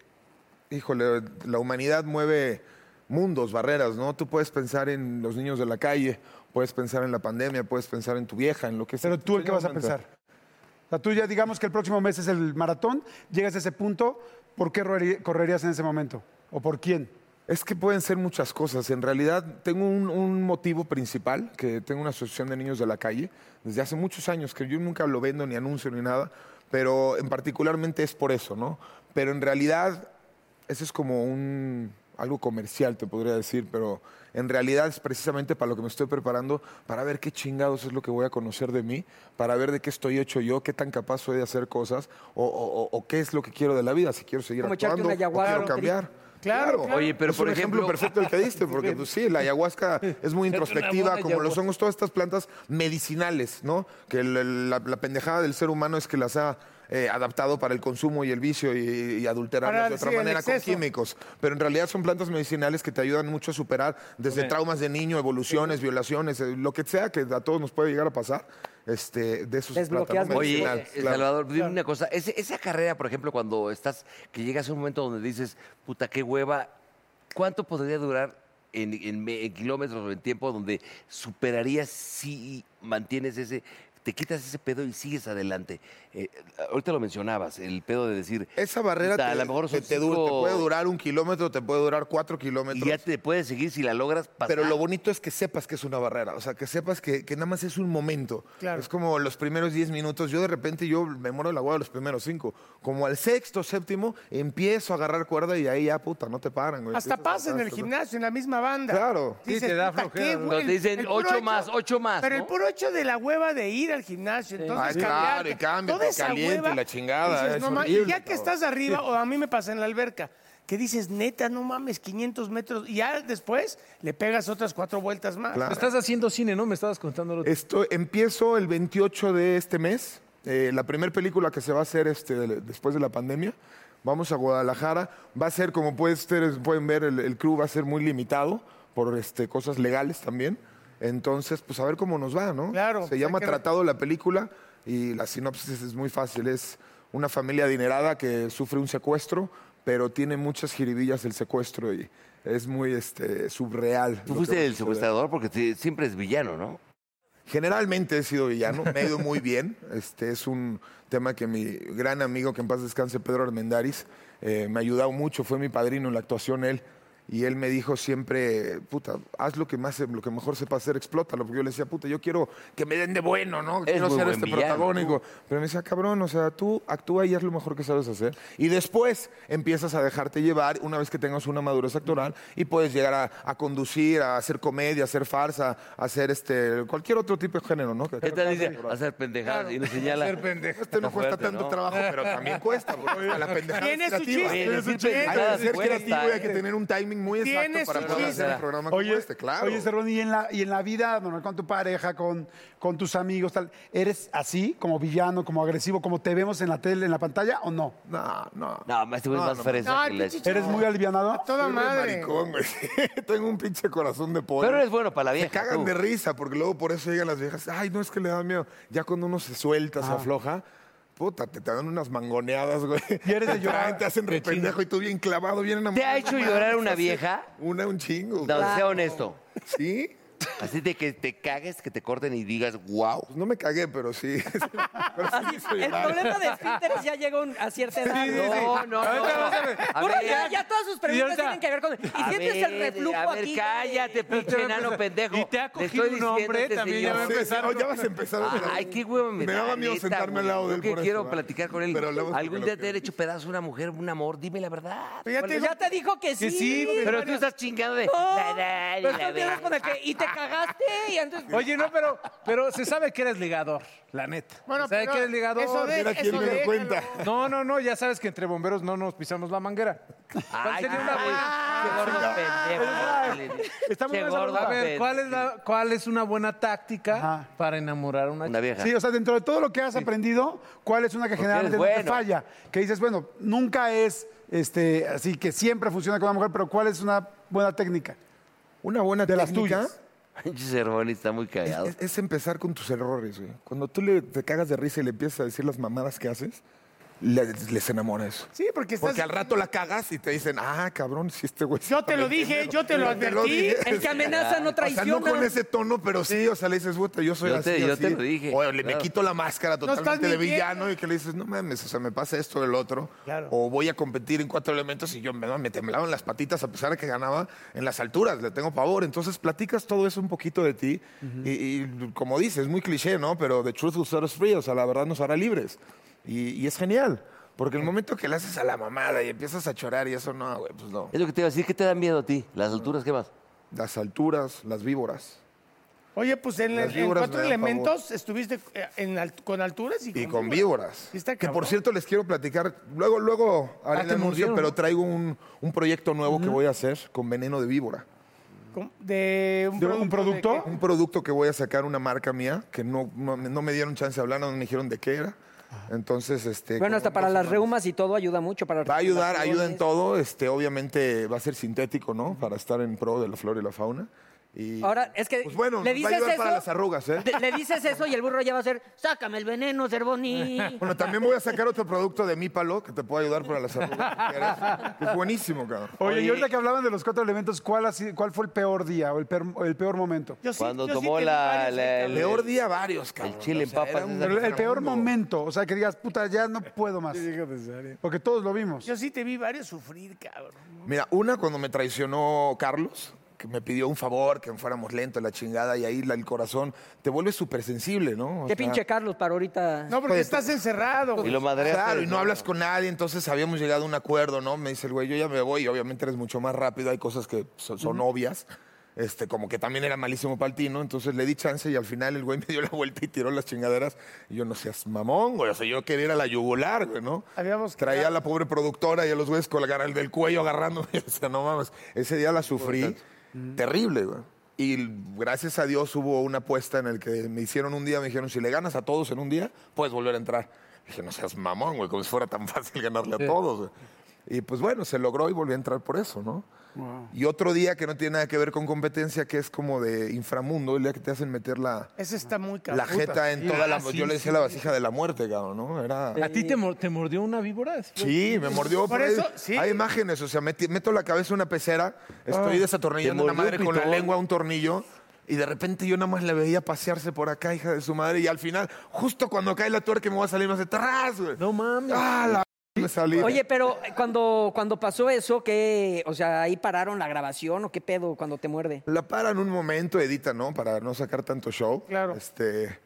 híjole, la humanidad mueve mundos, barreras, ¿no? Tú puedes pensar en los niños de la calle, puedes pensar en la pandemia, puedes pensar en tu vieja, en lo que sea. Pero
¿Tú el qué vas a pensar? O sea, tú ya digamos que el próximo mes es el maratón, llegas a ese punto, ¿por qué roería- correrías en ese momento? ¿O por quién?
Es que pueden ser muchas cosas. En realidad, tengo un, un motivo principal, que tengo una asociación de niños de la calle desde hace muchos años, que yo nunca lo vendo ni anuncio ni nada, pero en particularmente es por eso, ¿no? Pero en realidad, eso es como un algo comercial, te podría decir, pero en realidad es precisamente para lo que me estoy preparando, para ver qué chingados es lo que voy a conocer de mí, para ver de qué estoy hecho yo, qué tan capaz soy de hacer cosas, o, o- o- o qué es lo que quiero de la vida, si quiero seguir
Como echarte
actuando,
una
o quiero
ayahuasca.
cambiar.
Claro, claro.
Oye, pero
Es
por
un
ejemplo-
perfecto el que
[laughs]
diste, porque pues sí, la ayahuasca es muy
Una
introspectiva,
buena
como lo
ayahuasca.
son todas estas plantas medicinales, ¿no? Que el- el- la, la pendejada del ser humano es que las ha eh, adaptado para el consumo y el vicio y, y adulterarlas
Para-
de otra
sí, el
manera con
exceso.
químicos. Pero en realidad son plantas medicinales que te ayudan mucho a superar desde
Ok.
traumas de niño, evoluciones, violaciones, eh, lo que sea que a todos nos puede llegar a pasar, este, de esos plantas
Oye,
medicinales.
eh,
claro.
Salvador, dime una cosa. ese- esa carrera, por ejemplo, cuando estás, que llegas a un momento donde dices, puta, qué hueva, ¿cuánto podría durar en, en me- en kilómetros o en tiempo donde superarías si mantienes ese, te quitas ese pedo y sigues adelante? Eh, ahorita lo mencionabas, el pedo de decir.
Esa barrera
"Puta,
te,
a lo mejor
te-
son
te du- te
cinco-
puede durar un kilómetro, te puede durar cuatro kilómetros.
Y ya te puedes seguir si la logras pasar.
Pero lo bonito es que sepas que es una barrera, o sea, que sepas que, que nada más es un momento. Es como los primeros 10 minutos, yo de repente yo me muero de la hueá de los primeros 5. Como al sexto, séptimo, empiezo a agarrar cuerda y ahí ya, puta, no te paran. güey.
Hasta
Empiezas a
pasa en el
agarrar,
gimnasio, en la misma banda.
Claro. Sí, te da
"Puta,
flojera,
qué
¿no?
güey".
Nos dicen,
puro
"Ocho más, ocho más",
Pero
¿no?
el puro hecho de la hueva de ir al gimnasio, entonces
Ay, claro,
cambiarte,
y cámbiate,
toda esa
caliente, la chingada,
dices,
es
"No ma-". y
horrible,
ya que
cabrón.
estás arriba, o a mí me pasa en la alberca, que dices, neta, no mames, 500 metros, y ya después le pegas otras cuatro vueltas más.
Claro.
Estás haciendo cine, ¿no? Me estabas
[laughs]
contando lo
Esto, empiezo el 28 de este mes. eh, la primera película que se va a hacer este, de- después de la pandemia. Vamos a Guadalajara. Va a ser, como puedes ustedes pueden ver, el, el crew va a ser muy limitado por este, cosas legales también. Entonces, pues a ver cómo nos va, ¿no? Claro. Se llama
que-
Tratado la película y la sinopsis es muy fácil. Es una familia adinerada que sufre un secuestro, pero tiene muchas jiribillas el secuestro y es muy este, subreal.
Tú fuiste el secuestrador porque te- siempre es villano, ¿no?
Generalmente he sido villano, me ha ido muy bien. Este es un tema que mi gran amigo, que en paz descanse, Pedro Armendaris, eh, me ha ayudado mucho, fue mi padrino en la actuación él. Y él me dijo siempre, puta, haz lo que más, lo que mejor sepa hacer, explótalo. Porque yo le decía, puta, yo quiero que me den de bueno, ¿no?
Es
quiero
muy
ser
buen
este
villano,
protagónico. Pero me decía, cabrón, o sea, tú actúa y haz lo mejor que sabes hacer. Y después empiezas a dejarte llevar una vez que tengas una madurez actoral y puedes llegar a, a conducir, a hacer comedia, a hacer farsa, a hacer este cualquier otro tipo de género, ¿no? Que-
¿Qué tal dice? Hacer pendejadas y nos señala.
Hacer pendejadas. Este no
Está
cuesta
fuerte,
tanto
¿no?
trabajo, pero también cuesta. porque hasta la pendejada
Tiene su
creativa.
chiste.
Tiene
Tiene
su
su
chiste. Hay
chiste.
que ser creativo y hay que
Cuesta, ¿eh?
tener un timing muy exacto para poder hacer un programa
oye,
como este, claro.
Oye, Cerrón, y en la, y en la vida normal, con tu pareja, con, con tus amigos, tal, ¿eres así, como villano, como agresivo, como te vemos en la tele, en la pantalla, o no?
No, no.
No, este güey es
No,
más
no,
fresa
no.
que la ch-
¿Eres muy alivianado?
toda
Soy re
madre.
maricón, güey. [laughs] Tengo un pinche corazón de pollo.
Pero eres bueno para la
Se
vieja,
cagan
tú.
de risa, porque luego por eso llegan las viejas. Ay, no es que le da miedo. Ya cuando uno se suelta, se
Ah.
afloja. Puta, te, te dan unas mangoneadas, güey.
Y eres de
Te
llorar.
[laughs] traen, Te hacen re pendejo y tú bien clavado, bien enamorado.
¿Te ha hecho
No
llorar
mames,
una
así-
vieja?
Una, un chingo.
No,
güey.
sea honesto.
¿Sí?
Así de que te cagues, que te corten y digas, wow.
Pues No me cagué, pero sí.
El problema de esfínteres ya llegó un- a cierta edad.
sí, sí.
No, no, no.
Ahorita vas a ver. A
Uno
ver.
ya, ya todas sus preguntas
Y ahorita-
tienen que ver con... Y
Ah,
A
sientes el
ver,
reflujo
a ver,
aquí.
cállate, pinche enano pendejo.
Y te ha
Le
cogido
estoy
un hombre,
diciendo a
también ya
señor.
va a empezar.
No, ya vas a empezar. otra
Ay,
vez.
qué huevo me
Me
da,
daba miedo
neta,
sentarme al
güey.
lado de
Yo
él
que
por eso,
quiero
va.
platicar con él.
Pero hablamos
Algún
porque
día
lo
te han hecho pedazos una mujer, un amor, dime la verdad.
Pero ya te
¿Cuál es?
dijo- ya te dijo que sí.
pero tú estás chingando de...
No,
la, la,
pero
la,
tú empiezas
la.
con el que, y
Ah.
te cagaste, y entonces...
Oye,
Ah,
no, pero, pero se sabe que eres ligador, la neta.
Bueno,
se sabe
pero
que eres ligador.
eso de- Mira quién eso me lo déjalo. cuenta.
No, no, no, ya sabes que entre bomberos no nos pisamos la manguera. ¿Cuál
Ay,
sería
qué-
una bu-
qué gordo pendejo.
Está muy
Qué
buena esa
gordo
A ver,
pendejo.
¿cuál es, la- cuál es una buena táctica para enamorar a una,
Una vieja.
Sí, o sea, dentro de todo lo que has aprendido, ¿cuál es una que
Porque
generalmente
eres
no te
bueno.
falla? Que dices, bueno, nunca es este, así que siempre funciona con una mujer, pero ¿cuál es una buena técnica?
Una buena
de las
técnica.
tuyas.
Pinche Cervón está muy callado.
Es, es empezar con tus errores, güey. Cuando tú le, te cagas de risa y le empiezas a decir las mamadas que haces, le- les enamoras.
Sí, porque estás...
Porque al rato la cagas y te dicen, ah, cabrón, si este güey...
Yo te lo dije, yo te lo advertí.
El que amenaza no traiciona.
O sea, no con ese tono, pero sí, o sea, le dices, puta, yo soy
Yo
así,
te- yo
así".
te lo dije,
O le me
claro.
quito la máscara
estás
totalmente de
mintiendo.
villano y que le dices, no mames, o sea, me pasa esto del otro.
Claro.
O voy a competir en cuatro elementos y yo me, me temblaban las patitas a pesar de que ganaba en las alturas, le tengo pavor. Entonces platicas todo eso un poquito de ti y, y como dices, muy cliché, ¿no? Pero the truth will set us free, o sea, la verdad nos hará libres. Y, y es genial. Porque el momento que le haces a la mamada y empiezas a chorar y eso no, güey, pues no.
Es lo que te iba a decir, ¿qué te da miedo a ti? ¿Las alturas qué más?
Las alturas, las víboras.
Oye, pues en,
Las
en
víboras
cuatro
me dan
elementos estuviste eh, en alt- con alturas y,
Y con víboras.
Sí está
que por
cabrón.
cierto les quiero platicar, luego, luego haré
Ah,
el
te
anuncio,
mordieron,
pero
¿no?
traigo un, un proyecto nuevo que voy a hacer con veneno de víbora.
Con- De un,
¿De un producto?
de que-
Un producto que voy a sacar, una marca mía, que no, no, no me dieron chance de hablar, no me dijeron de qué era.
Ah.
Entonces, este.
Bueno,
como
hasta
en
para
dos
las
semanas.
reumas y todo ayuda mucho. Para
Va a ayudar, ayuda en
articulaciones.
todo. Este, obviamente va a ser sintético, ¿no? Para estar en pro de la flora y la fauna. Y,
Ahora, es que
Pues bueno,
le
nos va a
dices
ayudar
eso,
para las arrugas, ¿eh?
le- le dices eso y el burro ya va a ser, sácame el veneno, Cervoni.
[laughs] Bueno, también voy a sacar otro producto de mi palo que te puede ayudar para las arrugas. que es buenísimo, cabrón.
Oye, y ahorita que hablaban de los cuatro elementos, ¿cuál, ha sido- cuál fue el peor día o el peor, o el peor momento?
Yo sí-
Cuando
yo sí
tomó
tengo
la,
varios ¿eh?
la-
cerca.
el,
Peor día varios, cabrón.
el chile en papas.
un-
esa-
El, el peor momento, o sea, que digas, puta, ya no puedo más. Porque todos lo vimos.
Yo sí te vi varios sufrir, cabrón.
Mira, una cuando me traicionó Carlos, que me pidió un favor, que fuéramos lento, la chingada, y ahí la- el corazón te vuelve súper sensible, ¿no? O
Qué
sea,
pinche Carlos para ahorita.
No, porque estás encerrado.
Y
güey.
lo madreaste.
Claro, y no hablas con nadie, entonces habíamos llegado a un acuerdo, ¿no? Me dice el güey, yo ya me voy, y obviamente eres mucho más rápido, hay cosas que son, son obvias. Este, como que también era malísimo para el tino, entonces le di chance y al final el güey [laughs] me dio la vuelta y tiró las chingaderas. Y yo no seas mamón, güey. O sea, yo quería ir a la yugular, güey, ¿no?
Habíamos
Traía a
quedado-
la pobre productora y a los güeyes colgar al del cuello agarrándome. [laughs] O sea, no mames. Ese día la sufrí. Terrible, güey. Y gracias a Dios hubo una apuesta en el que me hicieron un día, me dijeron, si le ganas a todos en un día, puedes volver a entrar. Dije, no seas mamón, güey, como si fuera tan fácil ganarle a todos, güey. Y pues bueno, se logró y volví a entrar por eso, ¿no? Y otro día que no tiene nada que ver con competencia, que es como de inframundo, el día que te hacen meter la,
Ese está muy
la
cabrón.
jeta en
sí.
toda
Ah,
la...
sí,
yo le decía
sí.
la vasija de la muerte, cabrón, ¿no? Era...
¿A ti te, mor- te mordió una víbora?
Sí, me mordió.
Por
por ahí.
eso, sí.
Hay imágenes, o sea, meti- meto la cabeza en una pecera, estoy
Ah.
desatornillando
Te
una
mordió
madre
un
con la
pitón.
lengua un tornillo. Y de repente yo nada más la veía pasearse por acá, hija de su madre, y al final, justo cuando cae la tuerca, me voy a salir, me hace ¡tarras, güey!
No mames.
¡Ah, la me salí!
Oye, pero eh, cuando, cuando pasó eso, ¿qué? O sea, ahí pararon la grabación o qué pedo cuando te muerde.
La paran un momento, edita, ¿no? Para no sacar tanto show.
Claro.
Este,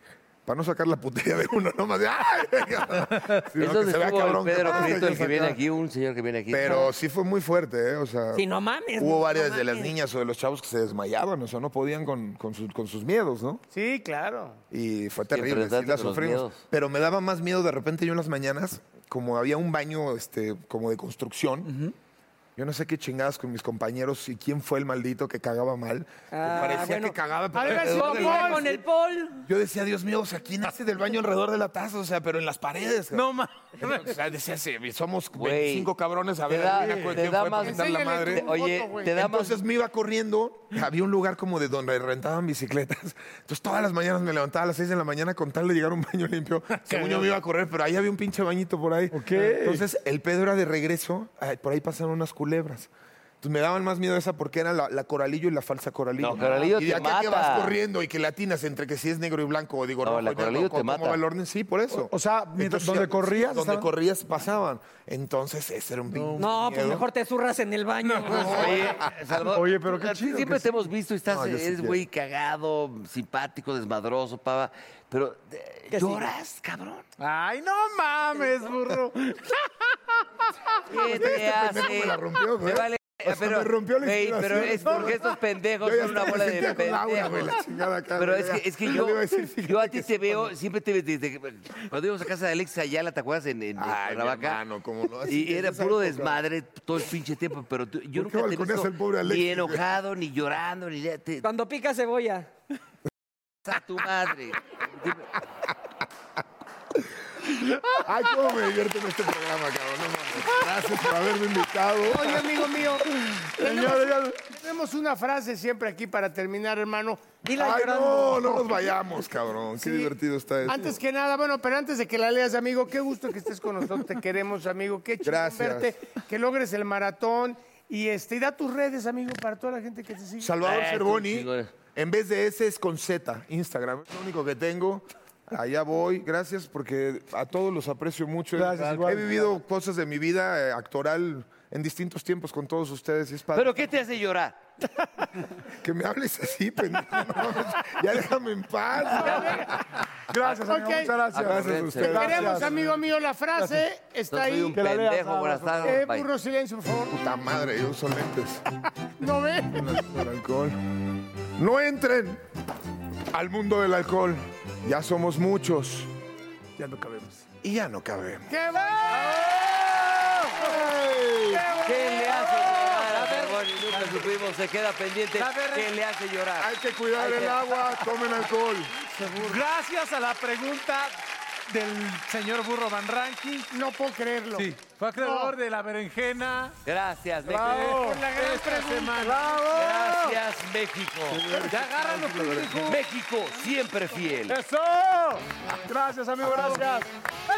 para no sacar la putería de uno, nomás de ah, ¡ay!
Es
Sino que
donde
se vea
estuvo
cabrón.
el Pedro
¡ay!
Prieto, el que viene
Sacar.
aquí, un señor que viene aquí.
Pero sí fue muy fuerte, ¿eh? O sea.
Sí, no mames.
Hubo
no
varias de las
mames.
niñas o de los chavos que se desmayaban, o sea, no podían con, con sus- con sus miedos, ¿no?
Sí, claro.
Y fue
Sí,
terrible, sí,
enfrentarte
la
con los
sufrimos.
miedos.
Pero me daba más miedo de repente yo en las mañanas, como había un baño este, como de construcción, Yo no sé qué chingadas con mis compañeros y quién fue el maldito que cagaba mal. que
Ah,
parecía
bueno.
que cagaba.
Ha de haber sido
alrededor de
Paul.
la-
Con el Paul.
Yo decía, Dios mío, o sea, ¿quién hace del baño alrededor de la taza? O sea, pero en las paredes. No, más. O sea, decía, sí, somos 25 cabrones a
te
ver.
da-
adivina cuál-
te
quién
da
fue,
más-
porque están la
Enséñale
madre.
tu Oye, foto, güey. te da más-
Entonces me iba corriendo. Había un lugar como de donde rentaban bicicletas. Entonces todas las mañanas me levantaba a las 6 de la mañana con tal de llegar a un baño
[laughs]
limpio. Según yo me iba a correr, pero ahí había un pinche bañito por ahí. Entonces el pedo era de regreso. ay, Por ahí pasaron unas culebras. Entonces me daban más miedo esa porque era la, la coralillo y la falsa coralillo.
No, coralillo
y
te
de acá que
mata.
vas corriendo y que latinas entre que si es negro y blanco o digo
No,
rojo
la
y negro,
coralillo te
¿cómo
mata.
va el orden? Sí, por eso.
O sea, mientras-
Entonces,
donde
sí,
corrías,
Donde
estaban-
corrías pasaban. Entonces ese era un pinche
No, pues
miedo.
mejor te zurras en el baño.
pues, Oye, Salvador,
Oye, pero qué
a ti
chido
Siempre
que sí.
te hemos visto y estás,
No, yo sí
eres
quiero.
güey cagado, simpático, desmadroso, pava. Pero, eh, ¿lloras? cabrón?
Ah,
Ay, no mames, burro.
¿Qué te hace? Me vale- pero, güey, pero es porque estos pendejos
Yo ya
son una
me
bola de
sentía con Laura, güey, la
pendejos.
chingada acá,
Pero
güey,
es que,
ya.
es que
No
yo,
le iba a decir, [laughs]
yo a ti te veo, siempre te veo, desde que- cuando íbamos a casa de Alex Ayala, ¿te acuerdas? En, en, en Cuernavaca?
no, así
Y
es
era
esa
puro
época.
desmadre todo el pinche tiempo, pero tú- yo
¿Por
nunca te
qué
he
balconeas
visto
al pobre Alex?
ni enojado, ni llorando, ni...
Cuando pica cebolla.
[laughs] A tu madre.
[laughs] Ay, cómo me divierto en este programa, cabrón. No mames. Gracias por haberme invitado.
Oye, amigo mío,
Señores,
tenemos, tenemos una frase siempre aquí para terminar, hermano.
Ay, no, no [laughs] nos vayamos, cabrón. Qué divertido está esto.
Antes que nada, bueno, pero antes de que la leas, amigo, qué gusto que estés con nosotros, te queremos, amigo, qué chido
Gracias.
verte, que logres el maratón y este, y da tus redes, amigo, para toda la gente que te sigue.
Eh,
Salvador Cervoni, en vez de S es con Z, Instagram. Es lo único que tengo. Allá voy, gracias porque a todos los aprecio mucho.
Gracias, igual.
He vivido cosas de mi vida eh, actoral en distintos tiempos con todos ustedes y es padre.
¿Pero qué te hace llorar?
Que me hables así, pendejo. [laughs] no mames. ya déjame en paz.
Gracias, amigo,
Ok.
muchas gracias.
Gracias a ustedes.
Te queremos, amigo mío, la frase
Gracias.
está
No soy
ahí.
un Que la leas, pendejo, buenas Abrazo. tardes,
Eh,
bye.
burro, silencio, por favor.
Puta madre, yo uso lentes.
[laughs] ¿No ve?
El alcohol. No entren al mundo del alcohol. Ya somos muchos. Ya no cabemos. Y ya no cabemos.
¡Qué va!
¿Qué le hace llorar a Cervoni? Nunca supimos, se queda pendiente.
La verdad-
¿Qué le hace llorar?
Hay que cuidar el agua, tomen alcohol.
Gracias a la pregunta del señor Burro Van Ranking.
No puedo creerlo.
Sí, fue acreedor de la berenjena.
Gracias,
Bravo.
México.
Por la gran
Esta
pregunta.
semana.
Bravo.
Gracias, México.
Ya agárralo, pendejo.
México, siempre fiel.
¡Eso!
Gracias, amigo, gracias.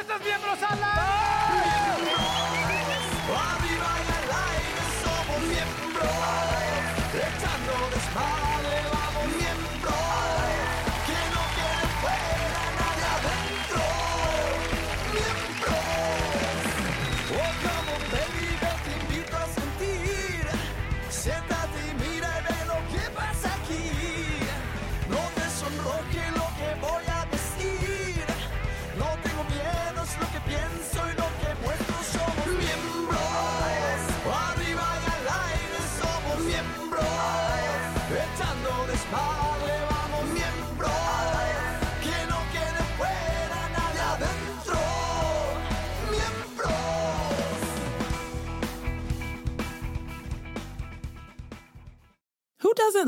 ¡Estos miembros al
Arriba y al aire somos miembros, echando desmadre vamos miembros, que no quede fuera nadie adentro, miembros. Oh, como te digo, te invito a sentir, siéntate y mira y ve lo que pasa aquí, no te sonroje lo que voy a decir, no tengo miedo, es lo que pienso y lo que muestro somos miembros. Arriba y al aire somos miembros. Echando desmadre vamos miembros. Que no quede fuera nadie adentro. Miembros.
Who doesn't